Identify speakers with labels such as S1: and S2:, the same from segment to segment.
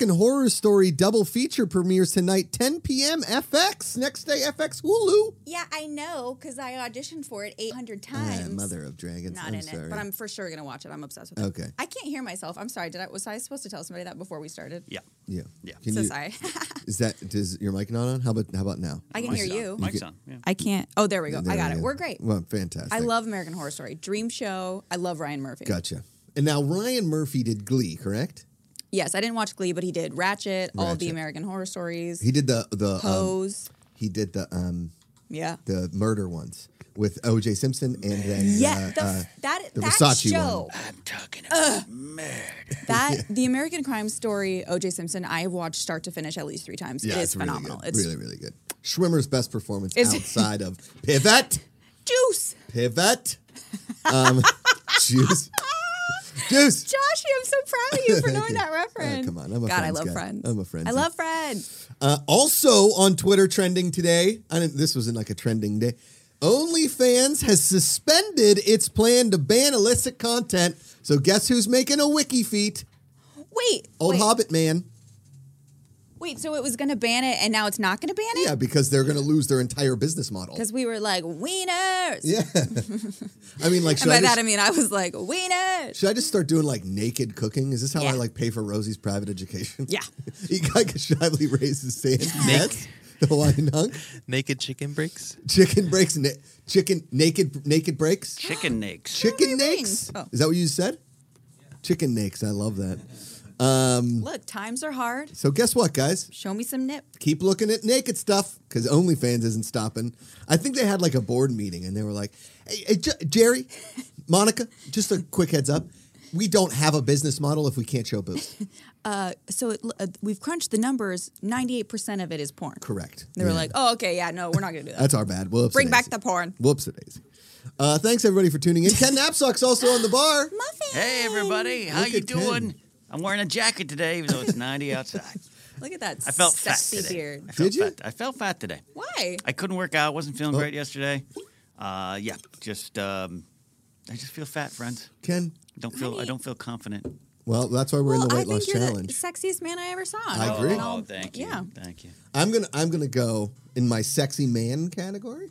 S1: American Horror Story double feature premieres tonight, 10 p.m. FX. Next day, FX Hulu.
S2: Yeah, I know because I auditioned for it 800
S1: Ah,
S2: times.
S1: mother of dragons.
S2: Not
S1: I'm
S2: in
S1: sorry.
S2: it, but I'm for sure gonna watch it. I'm obsessed with it.
S1: Okay.
S2: I can't hear myself. I'm sorry. Did I was I supposed to tell somebody that before we started?
S3: Yeah.
S1: yeah.
S3: Yeah.
S1: Can
S2: so
S1: you,
S2: sorry.
S1: Is that does your mic not on? How about how about now?
S2: I can
S3: Mike's
S2: hear
S3: on.
S2: you.
S3: Mike's on. Yeah.
S2: I can't. Oh, there we go.
S1: There
S2: I got
S1: we
S2: it. We're great.
S1: Well, fantastic.
S2: I love American Horror Story. Dream show. I love Ryan Murphy.
S1: Gotcha. And now Ryan Murphy did Glee, correct?
S2: Yes, I didn't watch Glee, but he did Ratchet, all of the
S1: Ratchet.
S2: American Horror Stories,
S1: He did the the um,
S2: Pose.
S1: he did the um
S2: yeah.
S1: the murder ones with O.J. Simpson and then
S2: yeah,
S1: uh,
S2: the,
S1: uh,
S2: that
S1: the
S2: that
S1: Versace
S2: show
S1: one.
S3: I'm talking about murder.
S2: that the American Crime Story O.J. Simpson I have watched start to finish at least three times.
S1: yeah,
S2: it is
S1: it's really
S2: phenomenal.
S1: good.
S2: it's
S1: really really good. Schwimmer's best performance
S2: It's-
S1: outside of Pivot,
S2: juice.
S1: Pivot, um, Juice, Juice.
S2: Joshy, I'm so proud of you for knowing
S1: Thank you.
S2: that
S1: Oh,
S2: reference.
S1: come on, I'm a
S2: God, I
S1: Friends
S2: love
S1: guy.
S2: Friends.
S1: I'm a Friends
S2: I
S1: guy.
S2: love Friends.
S1: Uh, also on Twitter trending today, I didn't, this wasn't like a trending day. OnlyFans has suspended its plan to ban illicit content. So guess who's making a wiki feat?
S2: Wait,
S1: Old
S2: wait,
S1: Hobbit man.
S2: wait. So it was gonna ban it, and now it's not gonna ban it.
S1: Yeah, because they're going to lose their entire business model.
S2: Because we were like wieners.
S1: Yeah. I mean, like,
S2: And
S1: should
S2: by
S1: I,
S2: that
S1: just,
S2: I mean I was like wieners.
S1: should I just start doing like naked cooking? Is this how
S2: Yeah.
S1: I like pay for Rosie's private education?
S2: Yeah.
S1: Ikaika Shively raises sand. Yes. The Hawaiian hunk.
S4: Naked chicken breaks.
S1: Chicken breaks. Na- chicken naked naked breaks.
S3: Chicken necks.
S1: Chicken
S2: Chicken
S1: nakes?
S2: wings. Oh.
S1: Is that what you said? Chicken nakes. I love that. Mm.
S2: Look, times are hard.
S1: So guess what, guys?
S2: Show me some nip.
S1: Keep looking at naked stuff because OnlyFans isn't stopping. I think they had like a board meeting and they were like, hey, hey, J- Jerry, Monica, just a quick heads up. We don't have a business model if we can't show boobs.
S2: So it, uh, we've crunched the numbers. Ninety-eight percent of it is porn.
S1: Correct.
S2: They were
S1: Yeah.
S2: like, oh, okay, yeah, no, we're not gonna do that.
S1: that's our bad. Whoops.
S2: Bring back the porn.
S1: Whoops, it is. Uh, thanks everybody for tuning in. Ken Knapsack's also on the bar.
S2: Muffin.
S3: Hey everybody, how
S1: Look
S3: you
S1: at Ken.
S3: doing? I'm wearing a jacket today, even though it's 90 outside.
S2: Look at that
S3: I felt
S2: sexy
S3: fat today.
S2: beard.
S3: I felt
S1: Did you?
S3: Fat. I felt fat today.
S2: Why?
S3: I couldn't work out. wasn't feeling great yesterday. Uh, yeah, just um, I just feel fat, friends.
S1: Ken,
S3: Don't feel. I
S2: Honey.
S3: don't feel confident.
S1: well, that's why we're
S2: well,
S1: in the
S2: I
S1: weight
S2: think
S1: loss
S2: you're
S1: challenge.
S2: the sexiest man I ever saw.
S1: I agree.
S2: And
S3: Oh,
S2: I'll-
S3: thank you.
S2: Yeah.
S3: Thank you.
S1: I'm gonna I'm gonna go in my sexy man category.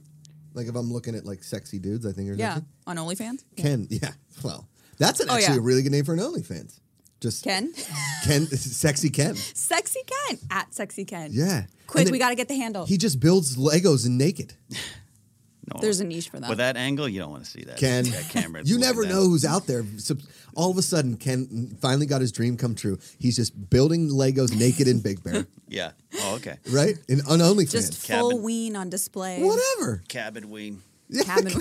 S1: Like if I'm looking at like sexy dudes, I think or
S2: Yeah.
S1: something.
S2: On OnlyFans?
S1: Ken, yeah. Well, that's an,
S2: Oh,
S1: actually
S2: yeah.
S1: a really good name for an OnlyFans. Just
S2: Ken?
S1: Ken, sexy Ken.
S2: sexy Ken. At Sexy Ken.
S1: Yeah.
S2: Quick,
S1: And
S2: we
S1: then
S2: got to get the handle.
S1: He just builds Legos and naked.
S3: No,
S2: There's a niche for that.
S3: with that angle, you don't want to see that.
S1: uh, Ken,
S3: that camera.
S1: you
S3: like
S1: never
S3: that.
S1: know who's out there. Sub- All of a sudden, Ken finally got his dream come true. He's just building Legos naked in Big Bear,
S3: Yeah. Oh, okay.
S1: right? And on OnlyFans,
S2: Just
S3: Cabin.
S2: full ween on display.
S1: whatever.
S3: Cabin wing.
S2: Cabin.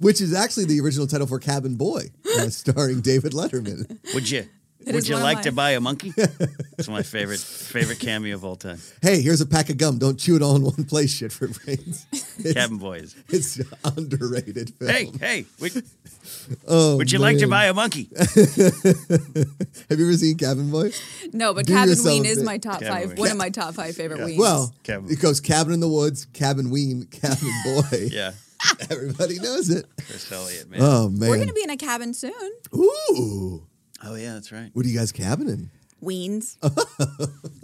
S1: which is actually the original title for Cabin Boy, uh, starring David Letterman.
S3: Would you?
S2: is
S3: Would you
S2: one of
S3: like to
S2: mine.
S3: buy a monkey? it's my favorite favorite cameo of all time.
S1: Hey, here's a pack of gum. Don't chew it all in one place. Shit for brains. It's,
S3: Cabin boys.
S1: it's an underrated film.
S3: Hey, hey. Would,
S1: Oh,
S3: would you like to
S1: man.
S3: buy a monkey?
S1: Have you ever seen Cabin Boy?
S2: no, but
S1: Do
S2: Cabin
S1: yourself
S2: Ween
S1: a
S2: is
S1: bit-
S2: my top
S3: Cabin
S2: five.
S3: ween.
S2: One of my top five favorite weens.
S1: Well,
S3: Cabin-
S1: it goes Cabin in the Woods, Cabin Ween, Cabin Boy.
S3: Yeah.
S1: Everybody knows it.
S3: Chris Elliott, man.
S1: Oh man.
S2: we're going to be in a cabin soon.
S1: Ooh.
S3: oh yeah, that's right.
S1: What are you guys cabining?
S2: Weens.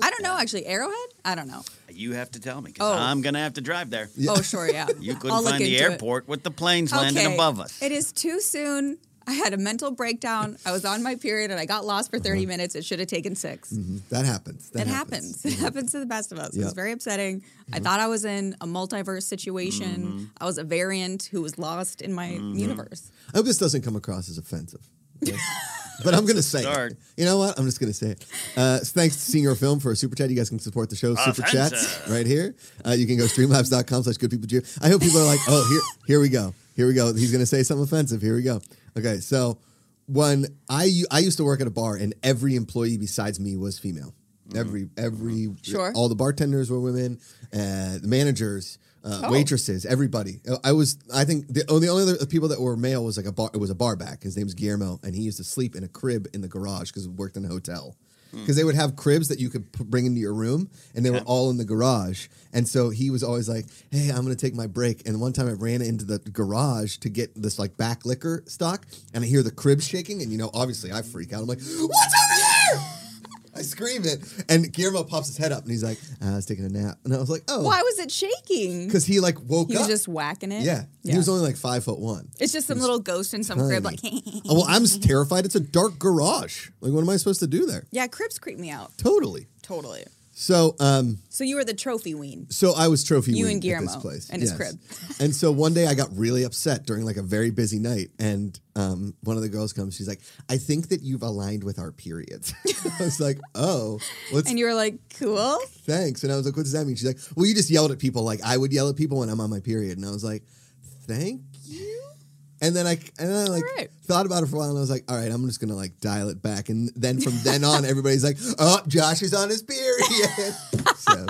S2: I don't know, actually. Arrowhead? I don't know.
S3: You have to tell me 'cause
S2: Oh.
S3: I'm gonna have to drive there.
S2: Oh, sure, yeah.
S3: You couldn't
S2: I'll look
S3: find the
S2: into it.
S3: airport with the planes landing above us.
S2: It is too soon. I had a mental breakdown. I was on my period and I got lost for 30 minutes. It should have taken 6
S1: That happens. Mm-hmm. That
S2: It happens. It happens to the best of us. It
S1: Yeah.
S2: was very upsetting. I thought I was in a multiverse situation. I was a variant who was lost in my universe.
S1: I hope this doesn't come across as offensive. okay? But I'm going to say it.
S3: Start.
S1: You know what? I'm just going to say it. Uh, thanks to Senior Film for a super chat. You guys can support the show. Super chats
S3: Offensive.
S1: right here. Uh, you can go streamlabs.com slash good people. cheer. I hope people are like, oh, here, here we go. Here we go. He's going to say something offensive. Here we go. Okay. So when I, u- I used to work at a bar and every employee besides me was female. Every, every,
S2: Sure.
S1: all the bartenders were women, uh, the managers, uh, waitresses, everybody. Uh, I was, I think the, oh, the only other people that were male was like a bar. It was a bar back. His name's Guillermo, and he used to sleep in a crib in the garage because he worked in a hotel. Because they would have cribs that you could p- bring into your room, and they were all in the garage. And so he was always like, "Hey, I'm gonna take my break." And one time I ran into the garage to get this like back liquor stock, and I hear the crib shaking, and you know, obviously I freak out. I'm like, "What's over here?" I I scream it, and Guillermo pops his head up, and he's like, "Ah, "I was taking a nap," and I was like, "Oh,
S2: Why was it shaking?
S1: Because he like woke
S2: He was
S1: up.
S2: just whacking it.
S1: yeah. he was only like five foot one.
S2: it's just some little ghost in some crib. Like,
S1: Oh, well, I'm s- terrified. It's a dark garage. Like, what am I supposed to do there?
S2: yeah, cribs creep me out
S1: Totally.
S2: totally.
S1: So, um,
S2: So you were the trophy ween.
S1: so I was trophy
S2: You
S1: weed
S2: and
S1: at
S2: Guillermo
S1: this place
S2: and his crib.
S1: and so one day I got really upset during like a very busy night, and um, one of the girls comes. She's like, "I think that you've aligned with our periods." I was like, "Oh, what's
S2: And you were like, cool.
S1: thanks?" And I was like, "What does that mean?" She's like, "Well, you just yelled at people like I would yell at people when I'm on my period," and I was like, "Thank you." And then I and then I like
S2: All right.
S1: thought about it for a while, and I was like, "All right, I'm just gonna like dial it back." And then from then on, everybody's like, "Oh, Josh is on his period." so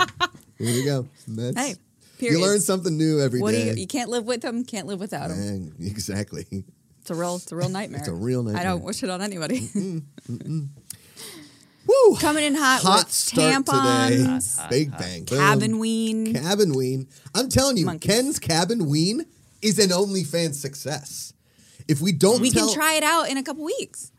S1: here we go. That's,
S2: Hey,
S1: you learn
S2: periods.
S1: something new every day.
S2: What do you? You can't live with them. Can't live without them.
S1: Dang, exactly.
S2: It's a real. It's a real nightmare.
S1: It's a real
S2: I
S1: nightmare. Mm-hmm.
S2: don't wish it on anybody.
S1: Woo!
S2: Coming in hot,
S1: Hot
S2: with
S1: start today.
S2: tampons,
S1: Big bang. boom.
S2: cabin ween.
S1: Cabin Ween. I'm telling you,
S2: Monkeys.
S1: Ken's Cabin Ween is an OnlyFans success. If we don't,
S2: we
S1: tell,
S2: can try it out in a couple weeks.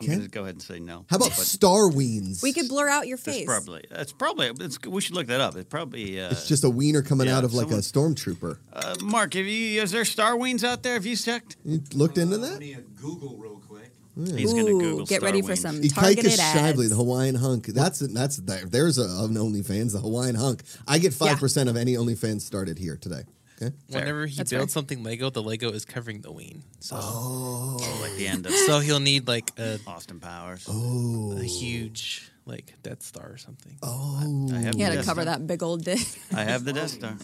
S3: I'm
S1: Okay.
S3: going to go ahead and say no.
S1: How about
S3: But
S1: Star Weens?
S2: We could blur out your
S3: that's
S2: face.
S3: probably that's probably it's, we should look that up. It's probably uh,
S1: It's just a wiener coming
S3: Yeah,
S1: out of like a
S3: someone-
S1: stormtrooper.
S3: uh, Mark. Have you is there Star Weens out there? Have you checked?
S1: You looked into
S4: Let
S2: Mm,
S1: that?
S4: me uh, Google real quick.
S3: He's going to
S2: Ooh,
S3: Google.
S2: get
S3: Star
S2: ready for
S3: Weens.
S2: some
S1: Ikaika
S2: targeted
S1: Shively,
S2: ads.
S1: the Hawaiian hunk. That's that's there. There's a, an OnlyFans, the Hawaiian hunk. I get five percent of any OnlyFans started here today. Okay.
S3: Fair.
S5: Whenever he
S2: That's
S5: builds
S2: fair.
S5: something Lego, the Lego is covering the ween. So,
S1: Oh.
S2: Oh.
S3: Like the end of
S5: so he'll need like a,
S3: Austin Powers.
S5: a huge like Death Star or something.
S1: Oh,
S3: I have
S2: Yeah,
S3: the
S2: to
S3: Death
S2: cover
S3: Star.
S2: that big old dick.
S3: I have the Death Star.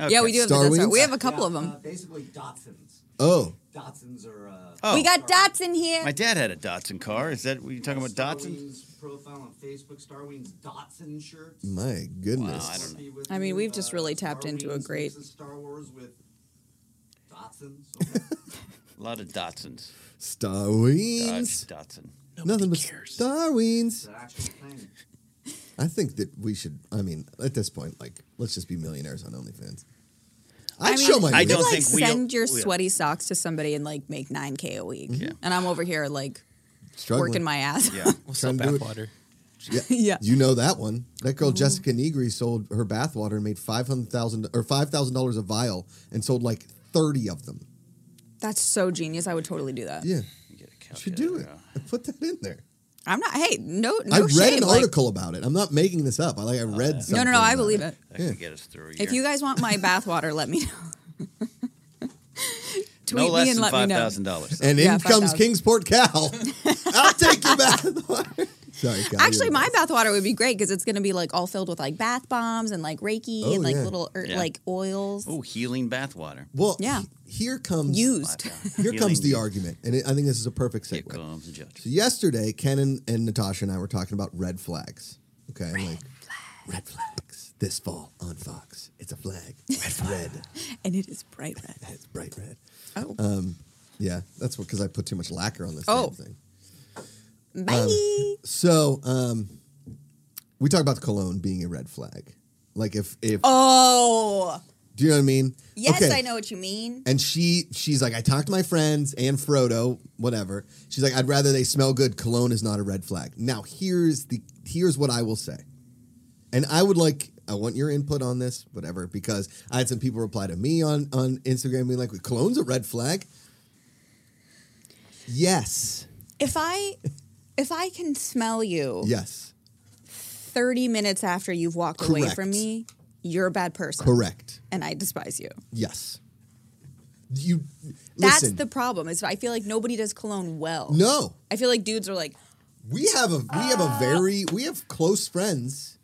S3: Okay.
S2: Yeah, we do have
S1: Star
S2: the Death Star.
S1: Wings?
S2: We have a couple
S4: Yeah,
S2: of them.
S4: Uh, basically, Datsuns.
S1: oh,
S4: Datsuns are. Uh,
S3: Oh.
S2: we got dots in here.
S3: My dad had a Datsun car. Is that what you're talking about? Datsun?
S4: Starwing's profile on Facebook, Starwing's Datsun shirts.
S3: Mm.
S1: my goodness.
S3: Wow, I don't know.
S4: Be with
S2: I mean,
S4: you,
S2: we've just really tapped into a
S4: Starwing's
S2: great-
S4: mixes Star Wars with Datsuns. Okay.
S3: A lot of Datsuns.
S1: Star
S3: Dodge
S1: Weens.
S3: Datsun.
S1: Nothing but
S5: cares.
S1: Star
S4: it's
S1: Weens.
S4: an actual thing.
S1: I think that we should. I mean, at this point, like, let's just be millionaires on OnlyFans. I'd
S2: I mean,
S1: show my.
S2: you
S3: I
S2: could,
S1: wiener.
S3: don't oh,
S2: like
S3: think we'll-
S2: send your
S3: we'll-
S2: sweaty socks to somebody and like make nine k a week.
S3: Yeah.
S2: And I'm over here like
S1: Mm-hmm. Struggling.
S2: working my ass.
S3: Yeah.
S5: We'll sell
S1: Trying to do it.
S5: bathwater.
S2: Yeah.
S1: You know that one. That
S2: Mm-hmm.
S1: girl Jessica Negri sold her bathwater and made five hundred thousand or five thousand dollars a vial and sold like thirty of them.
S2: That's so genius. I would totally do that.
S1: Yeah,
S3: You get a
S1: you should do it.
S3: calculator out.
S1: Put that in there.
S2: I'm not. Hey, no, no
S1: I read
S2: shade,
S1: an
S2: like-
S1: article about it. I'm not making this up. I like I read. something
S2: no, no, no. I
S1: about
S2: believe it.
S3: That could get us through a year.
S2: If you guys want my bathwater, let me know. Tweet
S3: no less
S2: me and
S3: than
S2: let me
S3: five
S2: know.
S3: thousand dollars.
S1: And in
S2: Yeah,
S1: comes
S2: 5,000.
S1: Kingsport Cal. I'll take your bathwater. Sorry, Cal.
S2: Actually,
S1: you're-
S2: my bathwater would be great because it's going to be like all filled with like bath bombs and like Reiki
S1: Oh,
S2: and like
S1: yeah.
S2: little er,
S3: Yeah.
S2: like oils
S3: Oh, healing bathwater.
S1: Well,
S2: Yeah.
S1: he- here comes
S2: used.
S1: Here comes the
S3: Healing.
S1: argument, and it, I think this is a perfect
S3: Here
S1: segue.
S3: comes the judge.
S1: So yesterday, Ken and, and Natasha and I were talking about red flags. Okay, red like red flags this fall on Fox. It's a flag. Red, red.
S2: and it is bright red.
S1: It's bright red.
S2: Oh,
S1: Uh, Yeah, that's what because I put too much lacquer on this
S2: Oh.
S1: damn thing. um,
S2: bye.
S1: So, um, we talk about the cologne being a red flag. Like if if
S2: oh,
S1: do you know what I mean?
S2: yes,
S1: Okay.
S2: I know what you mean.
S1: And she she's like, I talked to my friends and Frodo, whatever. She's like, I'd rather they smell good. Cologne is not a red flag. Now here's the here's what I will say. And I would like I want your input on this, whatever, because I had some people reply to me on on Instagram being like, cologne's a red flag. Yes.
S2: If I if I can smell you
S1: Yes.
S2: 30 minutes after you've walked away
S1: Correct.
S2: from me, you're a bad person.
S1: Correct.
S2: And I despise you.
S1: Yes. You
S2: That's
S1: listen,
S2: the problem. Is I feel like nobody does cologne well.
S1: No.
S2: I feel like dudes are like,
S1: We have a we have a very we have close friends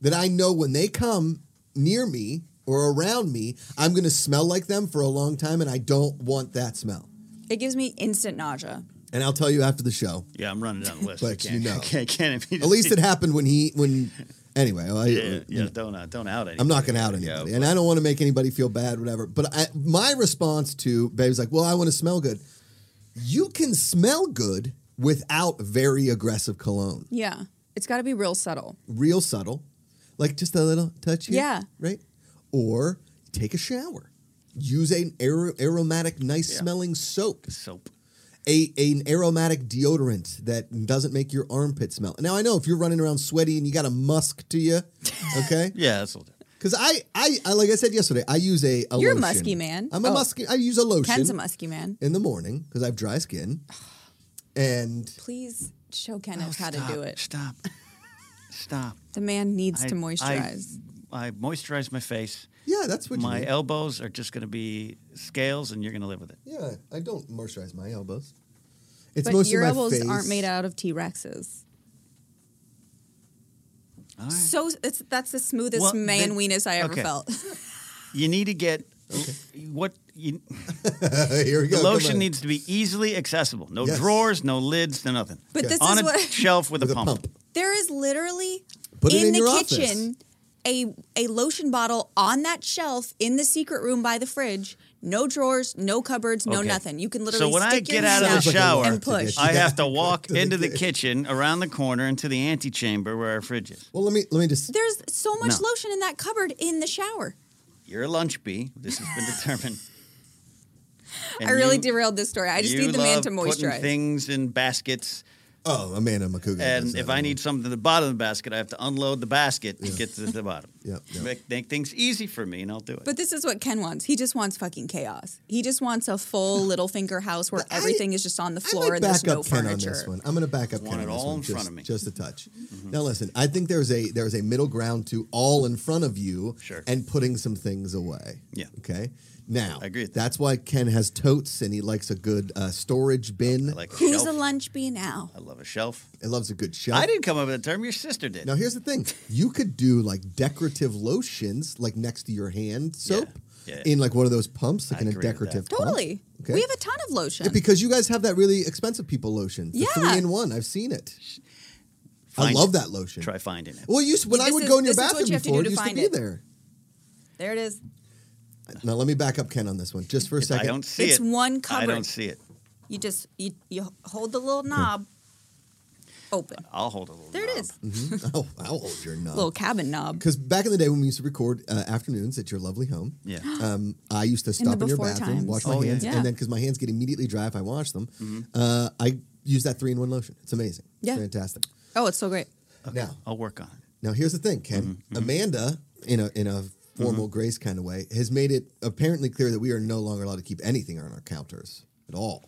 S1: that I know when they come near me or around me, I'm gonna smell like them for a long time, and I don't want that smell.
S2: it gives me instant nausea.
S1: And I'll tell you after the show.
S3: Yeah, I'm running down the list.
S1: But
S3: I can't,
S1: you know.
S3: I can't, I can't
S1: At least it happened when he when. Anyway, I,
S3: yeah, yeah, don't uh, don't out anybody.
S1: I'm not gonna out
S3: There you go.
S1: anybody, and I don't want to make anybody feel bad, whatever. But I, my response to baby's like, well, I want to smell good. You can smell good without very aggressive cologne.
S2: Yeah. It's got to be real subtle.
S1: real subtle, like just a little touch here,
S2: Yeah.
S1: right? Or take a shower, use an ar- aromatic, nice
S3: Yeah.
S1: smelling soap,
S3: Soap.
S1: a an aromatic deodorant that doesn't make your armpit smell. Now I know if you're running around sweaty and you got a musk to you, okay?
S3: Yeah, that's all.
S1: Because I, I, I, like I said yesterday, I use a, a
S2: You're a
S1: lotion.
S2: musky man.
S1: I'm a
S2: Oh.
S1: musky. I use a lotion
S2: Ken's a musky man.
S1: in the morning because I have dry skin, and
S2: Please show Kenneth how to do it.
S3: Oh, Stop. Stop.
S2: The man needs
S3: I-
S2: to
S3: I-
S2: moisturize.
S3: I, moisturize my face.
S1: yeah, that's what
S3: my
S1: you. do.
S3: elbows are just going to be scales, and you're going to live with it.
S1: yeah, I don't moisturize my elbows. It's
S2: but
S1: mostly
S2: your
S1: my
S2: elbows
S1: face.
S2: aren't made out of T Rexes.
S3: All right.
S2: So it's, that's the smoothest
S3: Well, then-
S2: man weenus I ever
S3: okay.
S2: felt.
S3: You need to get what you,
S1: Here we go.
S3: the
S1: come
S3: lotion
S1: on.
S3: needs to be easily accessible. No
S1: Yes.
S3: drawers, no lids, no nothing.
S2: But this
S3: on
S2: is
S3: a
S2: what-
S3: shelf with,
S1: with
S3: a, pump.
S2: there is literally
S1: Put it
S2: in,
S1: in
S2: the
S1: your office.
S2: kitchen a a lotion bottle on that shelf in the secret room by the fridge. No drawers, no cupboards, no
S3: Okay.
S2: nothing. You can literally
S3: So when I
S2: stick your
S3: get out
S2: hand
S3: of the
S2: out
S3: shower,
S2: and push.
S1: Yeah.
S3: I have to walk
S1: To the
S3: into the
S1: kitchen.
S3: kitchen, around the corner, into the antechamber where our fridge is.
S1: Well, let me let me just.
S2: There's so much
S3: No.
S2: lotion in that cupboard in the shower.
S3: You're a lunch bee. This has been determined. And
S2: I really
S3: you-
S2: derailed this story. I just
S3: you
S2: need the man
S3: love
S2: to
S3: putting
S2: moisturize.
S3: things in baskets.
S1: Oh, Amanda Makuga. does
S3: And
S1: that
S3: if
S1: a
S3: I
S1: lot.
S3: need something at the bottom of the basket, I have to unload the basket to get to the bottom.
S1: Yep, yep.
S3: Make, make things easy for me, and I'll do it.
S2: But this is what Ken wants. He just wants fucking chaos. He just wants a full little finger house where
S1: I-
S2: everything is just on the
S1: I
S2: floor
S1: might
S2: and
S1: back
S2: there's
S1: up
S2: no
S1: Ken
S2: furniture.
S1: on this one. I'm going to back up
S3: Want
S1: Ken
S3: it
S1: on this
S3: all
S2: in
S1: one,
S3: front
S1: just,
S3: of me. Mm-hmm.
S1: just a touch. Now listen, I think there's a there's a middle ground to all in front of you
S3: Sure.
S1: and putting some things away.
S3: Yeah.
S1: Okay. Now
S3: I agree with that.
S1: That's why Ken has totes and he likes a good uh, storage bin.
S3: I like a
S2: Who's
S3: shelf.
S2: a lunch bee now?
S3: I love a shelf.
S1: He loves a good shelf.
S3: I didn't come up with the term. Your sister did.
S1: Now here's the thing: you could do like decorative lotions, like next to your hand soap,
S3: Yeah.
S1: in like one of those pumps, like
S3: I
S1: in a
S3: agree with that.
S1: decorative. pump.
S2: Totally.
S1: Okay.
S2: We have a ton of lotion.
S1: Yeah, because you guys have that really expensive people lotion, the
S2: Yeah.
S1: three in one. I've seen it. I
S3: Find
S1: love
S3: it.
S1: that lotion.
S3: Try finding it.
S1: Well, you s- when I
S2: This
S1: would
S2: is-
S1: go in your
S2: this is what
S1: bathroom
S2: you have to do
S1: before, it
S2: to
S1: used to
S2: find
S1: be
S2: it.
S1: there.
S2: there it is.
S1: Now let me back up Ken on this one just for a
S3: If I
S1: second.
S3: don't see
S2: It's
S3: it.
S2: one
S3: I
S2: cupboard.
S3: don't see it.
S2: You just you, you hold the little knob open.
S3: I'll hold a little.
S2: There it
S3: knob.
S2: is.
S1: oh, I'll hold your knob.
S2: Little cabin knob.
S1: Because back in the day when we used to record uh, afternoons at your lovely home,
S3: Yeah.
S1: um, I used to
S2: the
S1: stop in, your
S2: before
S1: bathroom,
S2: times.
S1: wash my
S3: Oh, yeah,
S1: hands,
S2: yeah. Mm-hmm.
S1: and then because my hands get immediately dry if I wash them, uh, I use that three in one lotion. It's amazing. It's
S2: Yeah.
S1: fantastic.
S2: Oh, it's so great.
S1: Now,
S3: I'll work on it.
S1: Now here's the thing, Ken. Amanda, in a in a formal grace kind of way, has made it apparently clear that we are no longer allowed to keep anything on our counters at all.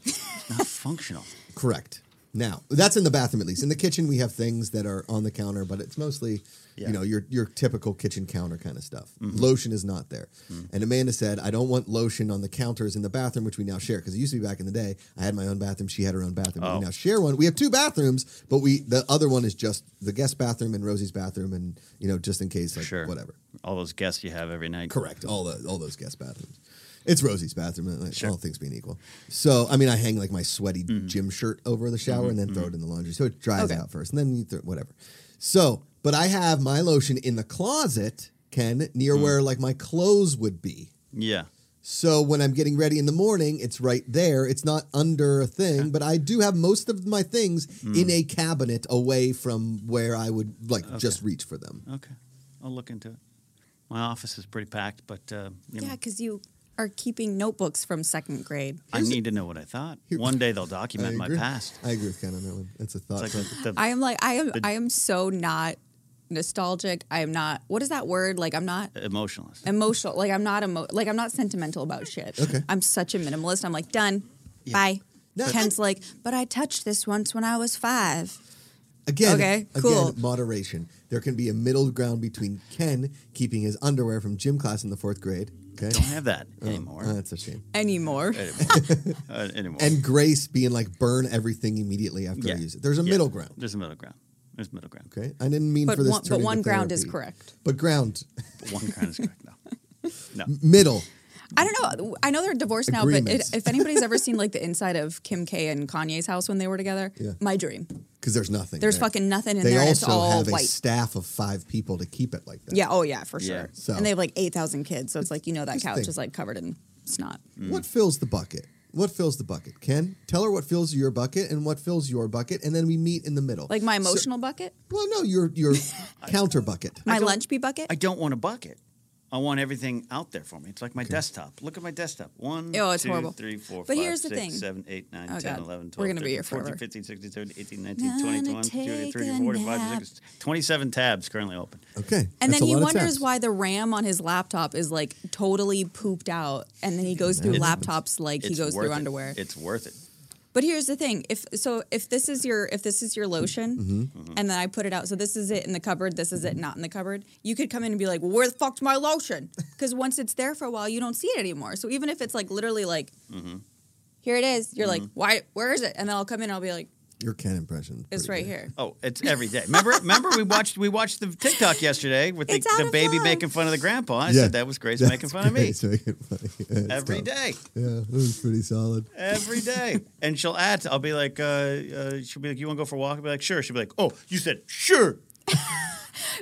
S3: It's not functional.
S1: Correct. Now that's in the bathroom at least. In the kitchen, we have things that are on the counter, but it's mostly
S3: Yeah. Mm-hmm.
S1: you know your your typical kitchen counter kind of stuff. Lotion is not there. And Amanda said, "I don't want lotion on the counters in the bathroom, which we now share because it used to be back in the day. I had my own bathroom, she had her own bathroom. But
S3: Oh.
S1: we now share one. We have two bathrooms, but we the other one is just the guest bathroom and Rosie's bathroom, and you know just in case, like
S3: Sure.
S1: whatever.
S3: All those guests you have every night.
S1: Correct. All the all those guest bathrooms. It's Rosie's bathroom. uh, Like, All things being equal. So I mean, I hang like my sweaty
S3: Mm-hmm.
S1: gym shirt over the shower and then throw it in the laundry, so it dries
S2: Okay.
S1: out first, and then you throw whatever. So, but I have my lotion in the closet, Ken,
S3: Mm-hmm.
S1: near where like my clothes would be.
S3: Yeah.
S1: So when I'm getting ready in the morning, it's right there. It's not under a thing, but I do have most of my things
S3: Mm.
S1: in a cabinet away from where I would like just reach for them.
S3: Okay. I'll look into it. My office is pretty packed, but uh, you know,
S2: Yeah, because you are keeping notebooks from second grade.
S3: I need to know what I thought.
S1: Here-
S3: One day they'll
S1: I
S3: document my
S1: agree.
S3: past.
S1: I agree with Ken on that one. That's a thought.
S3: It's like
S1: process.
S3: the, the,
S2: I am like I am
S3: The-
S2: I am so not nostalgic. I am not what is that word? Like I'm not
S3: emotionalist.
S2: emotional. Like I'm not emo- like I'm not sentimental about shit.
S1: Okay.
S2: I'm such a minimalist. I'm like done. Bye.
S1: No,
S2: Ken's like, but I touched this once when I was five.
S1: Again,
S2: Okay,
S1: again,
S2: cool.
S1: moderation. There can be a middle ground between Ken keeping his underwear from gym class in the fourth grade. Okay.
S3: Don't have that anymore.
S1: Oh, that's a shame.
S2: Anymore.
S3: anymore. Uh, anymore.
S1: And Grace being like, burn everything immediately after I
S3: Yeah.
S1: use it. There's a
S3: Yeah.
S1: middle ground.
S3: There's a middle ground. There's a middle ground.
S1: Okay. I didn't mean
S2: But
S1: for this
S2: one- but
S1: turning to
S2: one ground is
S1: therapy.
S2: correct.
S1: But ground,
S3: But one ground is correct. No. No.
S1: middle.
S2: I don't know. I know they're divorced now, but it,
S1: Agreements.
S2: if anybody's ever seen like the inside of Kim K and Kanye's house when they were together,
S1: Yeah.
S2: my dream.
S1: Because there's nothing.
S2: There's
S1: there.
S2: fucking nothing in
S1: They
S2: there. and
S1: also
S2: it's all
S1: have a
S2: white.
S1: staff of five people to keep it like that.
S2: yeah. Oh yeah, for
S3: Yeah.
S2: sure.
S1: So-
S2: And they have like eight thousand kids, so it's like you know that
S1: Just
S2: couch
S1: think.
S2: is like covered in snot.
S3: Mm.
S1: What fills the bucket? What fills the bucket? Ken, tell her what fills your bucket and what fills your bucket, and then we meet in the middle.
S2: Like my
S1: So-
S2: emotional bucket,
S1: well, no, your your counter bucket.
S2: my
S3: don't-
S2: lunch bee bucket.
S3: I don't want a bucket. I want everything out there for me. It's like my desktop. Look at my desktop. One,
S2: Oh, it's
S3: two,
S2: horrible.
S3: three, four,
S2: But
S3: five,
S2: here's the
S3: six,
S2: thing.
S3: seven, eight, nine,
S2: Oh,
S3: 10,
S2: God.
S3: 11, 12,
S2: We're gonna be
S3: 13,
S2: here
S3: 14,
S2: forever.
S3: 15, 16, 17, 18, 19, 20,
S2: Gonna
S3: 21, 22,
S2: take
S3: 23,
S2: a
S3: 45, 56, 27 tabs currently open.
S1: Okay.
S2: And
S1: that's
S2: then
S1: a
S2: he
S1: lot of
S2: wonders
S1: tabs.
S2: why the RAM on his laptop is like totally pooped out, and then he goes through laptops like he
S3: It's
S2: goes
S3: worth
S2: through
S3: it.
S2: underwear.
S3: It's worth it.
S2: But here's the thing: if so, if this is your if this is your lotion, and then I put it out, so this is it in the cupboard, this is it not in the cupboard. You could come in and be like, well, "Where the fuck's my lotion?" Because once it's there for a while, you don't see it anymore. So even if it's like literally like,
S3: Mm-hmm.
S2: here it is, you're like, "Why? Where is it?" And then I'll come in, and I'll be like,
S1: Your Ken impression.
S2: "It's right here."
S3: Oh, it's every day. Remember, remember, we watched we watched the TikTok yesterday with the,
S2: It's out
S3: the
S2: of
S3: baby
S2: love.
S3: making fun of the grandpa. I said that was Grace making fun of me every day,
S1: Yeah, it was pretty solid.
S3: every day. and she'll add. I'll be like, uh, uh, she'll be like, "You want to go for a walk?" I'll be like, "Sure." She'll be like, "Oh, you said sure."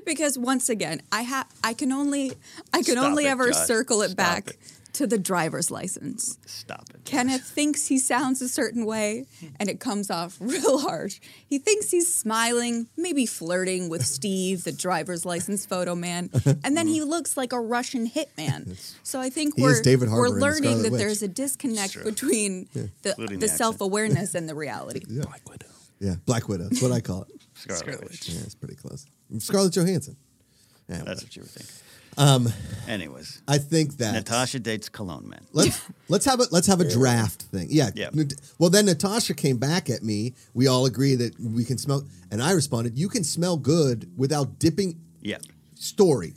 S2: because once again, I have I can only I can
S3: Stop
S2: only
S3: it,
S2: ever
S3: Josh.
S2: circle it
S3: Stop
S2: back
S3: it.
S2: to the driver's license.
S3: Stop it.
S2: Kenneth thinks he sounds a certain way, and it comes off real harsh. He thinks he's smiling, maybe flirting with Steve, the driver's license photo man, and then he looks like a Russian hitman. So I think
S1: He is
S2: we're
S1: David Harbour
S2: we're
S1: in The
S2: learning
S1: Scarlet
S2: that
S1: Witch.
S2: there's a disconnect
S3: true.
S2: between the,
S3: Including the
S2: the
S3: accent.
S2: self awareness and the reality.
S1: Yeah.
S5: Black Widow.
S1: Yeah, Black Widow. That's what I call it.
S3: Scarlet
S5: Scarlet
S3: Witch.
S5: Witch.
S1: Yeah, it's pretty close. Scarlett Johansson. Yeah,
S3: That's
S1: whatever.
S3: what you were thinking. Um. Anyways,
S1: I think that
S3: Natasha dates Cologne man.
S1: Let's let's have a let's have a draft thing. Yeah.
S3: Yeah.
S1: Nat- Well, then Natasha came back at me. We all agree that we can smell, and I responded, "You can smell good without dipping."
S3: Yeah.
S1: Story.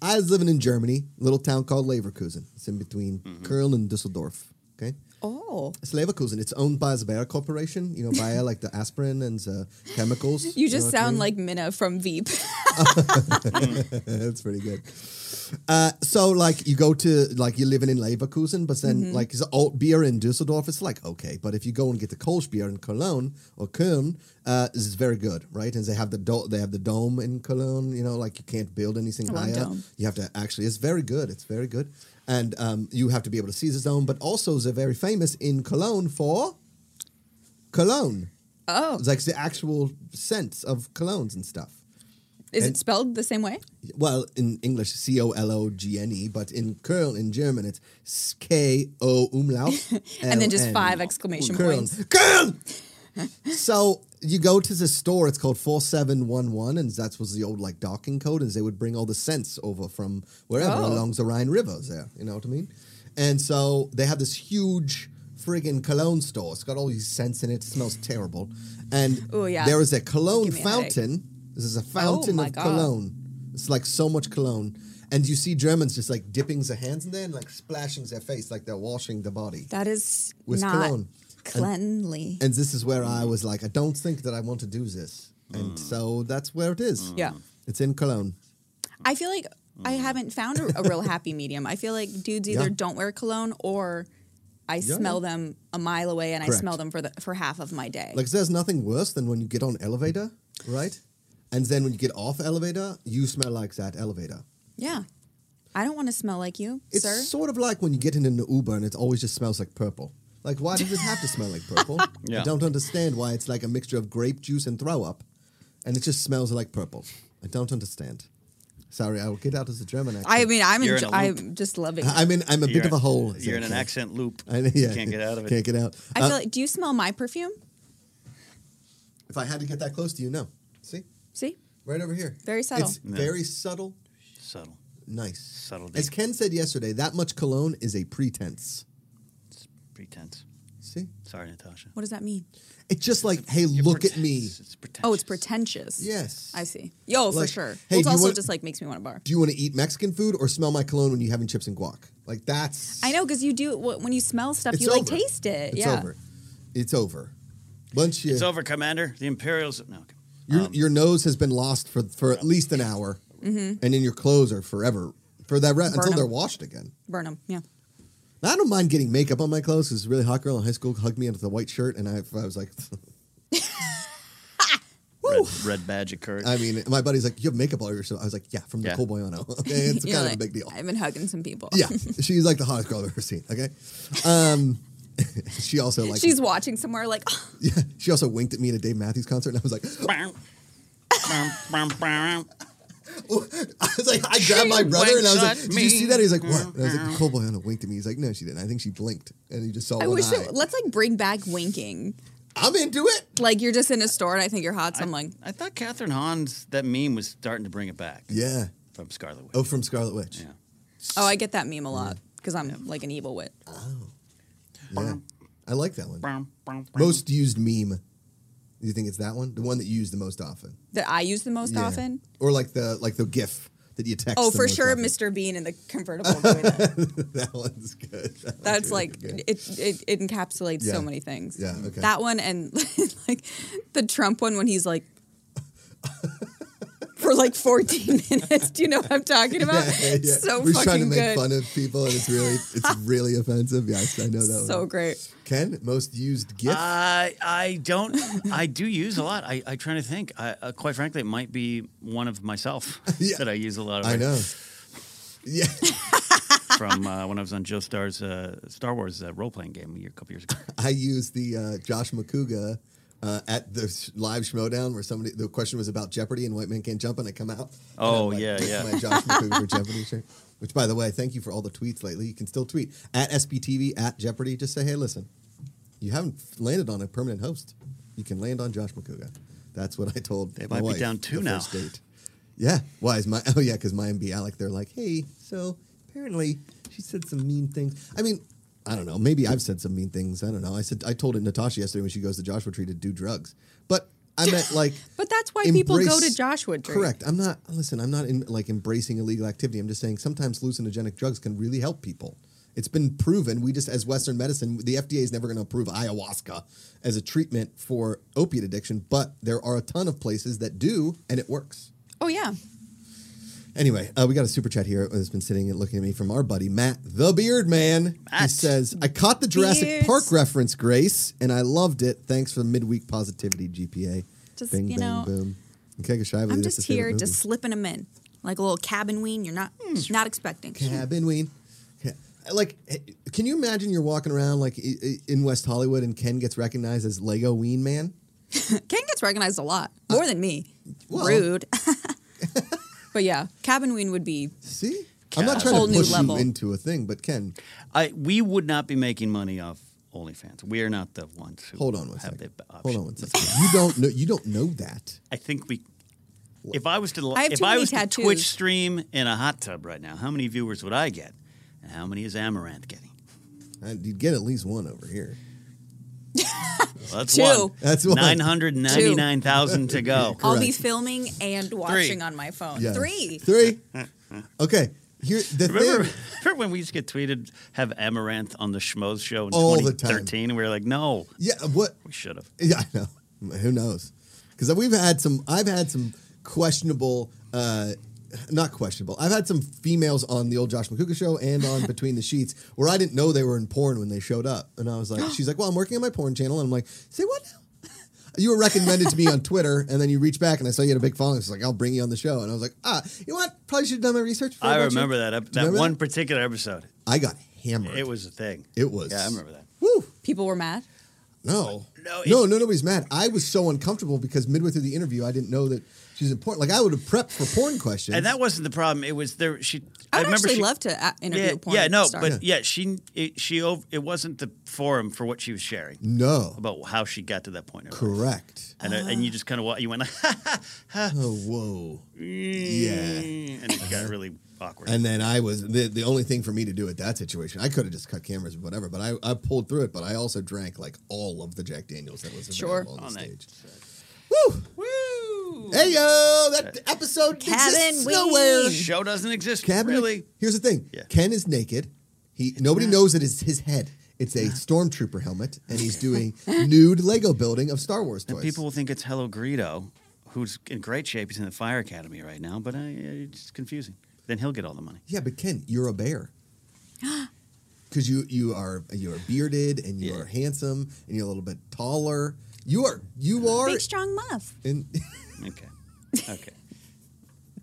S1: I was living in Germany, a little town called Leverkusen. It's in between Köln and Düsseldorf. Okay.
S2: Oh,
S1: It's Leverkusen. It's owned by the Bayer Corporation. You know, Bayer like the aspirin and uh, chemicals.
S2: you just
S1: know what I
S2: sound
S1: mean?
S2: like Minna from Veep.
S1: That's pretty good. Uh, so like you go to like you're living in Leverkusen, but
S2: Mm-hmm.
S1: then like the old beer in Düsseldorf, it's like okay. But if you go and get the Kolsch beer in Cologne or Köln, uh, this is very good, right? And they have the do- they have the dome in Cologne. You know, like you can't build anything
S2: I love
S1: higher.
S2: dome.
S1: You have to actually. It's very good. It's very good, and um, you have to be able to see the dome. But also they're very famous in Cologne for cologne.
S2: Oh,
S1: It's like the actual scents of colognes and stuff.
S2: is
S1: And-
S2: it spelled the same way?
S1: Well, in English, C O L O G N E, but in Köln, in German, it's K O umlaut.
S2: And then just
S1: LN.
S2: five exclamation
S1: Köln.
S2: points.
S1: Köln! so you go to the store, it's called 4711, and that was the old like docking code, and they would bring all the cents over from wherever
S2: Oh.
S1: along the Rhine River there. You know what I mean? And so they have this huge friggin' cologne store. It's got all these scents in it, it smells terrible. And
S2: Ooh, Oh, yeah.
S1: there is a cologne
S2: Give me a headache. Oh
S1: fountain. This is a fountain
S2: my
S1: of
S2: God.
S1: cologne. It's like so much cologne. And you see Germans just like dipping their hands in there and like splashing their face like they're washing the body.
S2: That is
S1: With
S2: not
S1: cologne.
S2: cleanly.
S1: And this is where I was like, I don't think that I want to do this.
S3: Mm.
S1: And so that's where it is.
S2: Yeah.
S1: It's in Cologne.
S2: I feel like I haven't found a, a real happy medium. I feel like dudes either
S1: Mm. Yeah.
S2: don't wear cologne or I
S1: Yeah.
S2: smell them a mile away and I
S1: Correct.
S2: smell them for the for half of my day.
S1: Like there's nothing worse than when you get on elevator, right? And then when you get off elevator, you smell like that elevator.
S2: yeah. I don't want to smell like you,
S1: It's
S2: sir.
S1: sort of like when you get in an Uber and it always just smells like purple. Like, why does it have to smell like purple?
S3: Yeah.
S1: I don't understand why it's like a mixture of grape juice and throw up, and it just smells like purple. I don't understand. Sorry, I will get out of the German accent.
S2: I mean, I'm
S3: You're
S2: enjo-
S3: in a loop.
S2: I'm just loving it. I,
S1: I'm in. I'm a
S3: You're
S1: bit of
S3: in-
S1: a hole. is
S3: You're in
S1: that
S3: an
S1: okay?
S3: accent loop.
S1: I, yeah,
S3: You can't get out of it.
S1: Can't get out. Uh,
S2: feel like do you smell my perfume?
S1: if I had to get that close to you, no. See,
S2: See?
S1: right over here.
S2: Very subtle.
S1: It's
S3: No.
S1: very subtle.
S3: Subtle.
S1: Nice.
S3: Subtlety.
S1: As Ken said yesterday, that much cologne is a pretense.
S3: It's pretense.
S1: See,
S3: Sorry, Natasha.
S2: What does that mean?
S1: it's just like, hey,
S3: You're
S1: look at
S3: pretentious.
S1: me.
S3: It's pretentious.
S2: Oh, it's pretentious.
S1: Yes.
S2: I see. Yo, for
S1: Like,
S2: sure. Well,
S1: hey,
S2: it's
S1: do you
S2: also
S1: want-
S2: just like makes me want to bar.
S1: do you want to eat Mexican food or smell my cologne when you're having chips and guac? Like that's
S2: I know because you do wh- when you smell stuff,
S1: It's
S2: you like
S1: over.
S2: taste it.
S1: It's
S2: yeah.
S1: over. It's over. Once you
S3: It's over, Um, Commander. The Imperials. No. okay.
S1: your, your nose has been lost for for at least an hour, and then your clothes are forever for that re- until
S2: Mm-hmm. 'em.
S1: they're washed again.
S2: Burn them. Yeah.
S1: Now, I don't mind getting makeup on my clothes because really hot girl in high school hugged me under the white shirt, and I, I was like,
S3: Red, red badge of courage.
S1: I mean, my buddy's like, you have makeup all over yourself. I was like, yeah, from
S3: Yeah.
S1: Nicole Boyano. okay, it's
S2: You're
S1: kind of a
S2: like,
S1: big deal.
S2: I've been hugging some people.
S1: yeah, she's like the hottest girl I've ever seen. Okay, um, she also like
S2: She's watching somewhere like, "Oh,
S1: Yeah, she also winked at me at a Dave Matthews concert, and I was like,
S3: Bam. Bam, bam, bam.
S1: I was like, I grabbed my brother and I was like,
S3: winked at
S1: "Did you see
S3: me.
S1: that?" He's like, "What?" And I was like, "The cold boy Hunter winked at me." He's like, "No, she didn't. I think she blinked." And he just saw
S2: I
S1: one
S2: wish
S1: eye.
S2: that, let's like bring back winking.
S1: I'm into it.
S2: Like you're just in a store and I think you're hot, so I'm like,
S3: I thought Catherine Hahn's that meme was starting to bring it back
S1: Yeah.
S3: from Scarlet Witch.
S1: Oh, from Scarlet Witch.
S3: Yeah.
S2: oh, I get that meme a lot because I'm like an evil wit.
S1: Oh. Yeah. I like that one.
S3: Brum, brum, brum.
S1: Most used meme. Do you think it's that one? The one that you use the most often?
S2: That I use the most
S1: Yeah.
S2: often.
S1: Or like the like the GIF that you text.
S2: Oh,
S1: the
S2: for
S1: most
S2: sure,
S1: often.
S2: Mr. Bean in the convertible. doing that.
S1: that one's good. That one's
S2: That's
S1: really
S2: like
S1: good.
S2: it, it. It encapsulates
S1: Yeah.
S2: so many things.
S1: Yeah, okay.
S2: That one and like the Trump one when he's like for like 14 minutes. Do you know what I'm talking about?
S1: Yeah, yeah.
S2: So
S1: We're trying to
S2: fucking
S1: make
S2: good.
S1: fun of people, and it's really it's really offensive. Yes, I know that.
S2: so
S1: one.
S2: great.
S1: Ken, most used GIF.
S3: I I don't. I do use a lot. I I trying to think. I, uh, quite frankly, it might be one of myself
S1: Yeah.
S3: that I use a lot. Of
S1: I know. Yeah,
S3: from uh, when I was on Joe Star's uh, Star Wars uh, role playing game a year, couple years ago.
S1: I used the uh, Josh McCouga uh, at the sh- live Schmodown where somebody the question was about Jeopardy and White Man Can't Jump, and I come out. and I'm,
S3: Oh,
S1: like,
S3: yeah,
S1: with
S3: yeah.
S1: My Josh McCouga for Jeopardy shirt. Which, by the way, thank you for all the tweets lately. You can still tweet at SBTV at Jeopardy. Just say, hey, listen, you haven't landed on a permanent host. You can land on Josh McCouga. That's what I told.
S3: They
S1: my
S3: might be
S1: wife
S3: down two
S1: the
S3: now.
S1: first date. Yeah. Why is my? Oh yeah, because my MB Alec. They're like, hey, so apparently she said some mean things. I mean, I don't know. Maybe I've said some mean things. I don't know. I said I told it Natasha yesterday when she goes to Joshua Tree to do drugs, but I meant like.
S2: But that's why people go
S1: embrace-
S2: to Joshua Tree.
S1: Correct. I'm not. Listen, I'm not in, like embracing illegal activity. I'm just saying sometimes hallucinogenic drugs can really help people. It's been proven. We just, as Western medicine, the FDA is never going to approve ayahuasca as a treatment for opiate addiction, but there are a ton of places that do, and it works.
S2: Oh yeah.
S1: Anyway, uh, we got a super chat here that's been sitting and looking at me from our buddy Matt the Beard Man. He
S3: Matt.
S1: says, "I caught the Jurassic
S2: Beards.
S1: Park reference, Grace, and I loved it. Thanks for the midweek positivity, GPA.
S2: Just,
S1: bing,
S2: you
S1: bang,
S2: know,
S1: boom. Okay, Gashively,
S2: I'm
S1: that's
S2: just
S1: his favorite
S2: here,
S1: movie.
S2: just slipping them in, like a little cabin wean. You're not
S1: Hmm.
S2: not expecting.
S1: cabin ween. Ca- Like, eh, can you imagine you're walking around like i- i- in West Hollywood and Ken gets recognized as Lego Ween Man?
S2: Ken gets recognized a lot more than me.
S1: Uh, well-
S2: Rude. but yeah, cabin wean would be.
S1: See, I'm not
S3: Ken.
S1: trying
S2: Whole
S1: to
S2: new
S1: push you
S2: level.
S1: into a thing, but Ken,
S3: I we would not be making money off OnlyFans. We are not the ones who
S1: hold on one
S3: have
S1: second.
S3: the option.
S1: Hold on one second. You don't know. You don't know that.
S3: I think we. If I was to,
S2: I have
S3: if
S2: too
S3: I
S2: many
S3: was to
S2: tattoos.
S3: Twitch stream in a hot tub right now, how many viewers would I get, and how many is Amaranth getting?
S1: Uh, You'd get at least one over here.
S3: Well, that's
S2: Two.
S3: one.
S1: That's one.
S3: Nine hundred ninety-nine thousand to go.
S2: I'll
S1: Correct.
S2: be filming and watching on my phone.
S1: Yeah.
S2: Three.
S1: Three. Okay. Here the
S3: Remember,
S1: thing.
S3: remember when we used to get tweeted have Amaranth on the Schmoes show in
S1: All the time.
S3: 2013? And we were like, no,
S1: Yeah. What?
S3: we should have.
S1: Yeah, I know. Who knows? Because we've had some. I've had some questionable. Uh, not questionable. I've had some females on the old Josh McCouga show and on Between the Sheets where I didn't know they were in porn when they showed up, and I was like, she's like, well, I'm working on my porn channel, and I'm like, say what? now? You were recommended to me on Twitter, and then you reached back, and I saw you had a big following. It's like I'll bring you on the show, and I was like, ah, you know what? Probably should have done my research. before
S3: I
S1: got you."
S3: remember that ep- that
S1: remember
S3: one
S1: that?
S3: particular episode.
S1: I got hammered.
S3: It was a thing.
S1: It was.
S3: Yeah, I remember that.
S1: Woo.
S2: People were mad.
S1: No. No,
S3: No,
S1: no, no, nobody's mad. I was so uncomfortable because midway through the interview, I didn't know that she's important. Like I would have prepped for porn questions.
S3: And that wasn't the problem. It was there. She.
S2: I would
S3: remember
S2: actually
S3: she,
S2: love to uh, interview
S3: Yeah,
S2: a porn
S3: yeah, no,
S2: star.
S3: but yeah, she it, she ov- it wasn't the forum for what she was sharing
S1: no,
S3: about how she got to that point. in her life.
S1: correct.
S3: And, uh, and you just kind of you went
S1: Oh, whoa. Yeah.
S3: and it got really awkward.
S1: And then I was the, the only thing for me to do at that situation. I could have just cut cameras and whatever, but I, I pulled through it. But I also drank like all of the Jack Daniels that was
S2: Sure.
S1: available on the
S3: All night.
S1: stage. Woo!
S3: Woo!
S1: Hey yo, that episode
S2: Cabin
S1: exists
S2: Ween.
S1: nowhere.
S3: Show doesn't exist.
S1: Cabin.
S3: really?
S1: Here's the thing.
S3: Yeah.
S1: Ken is naked. He nobody knows that it's his head. It's a stormtrooper helmet, and he's doing nude Lego building of Star Wars toys.
S3: People will think it's Hello Greedo, who's in great shape. He's in the fire academy right now, but uh, it's confusing. Then he'll get all the money.
S1: yeah, but Ken, you're a bear. Because you you are you are bearded and you
S3: Yeah.
S1: are handsome and you're a little bit taller. You are you are.
S2: Big strong muff.
S1: in-
S3: Okay. Okay.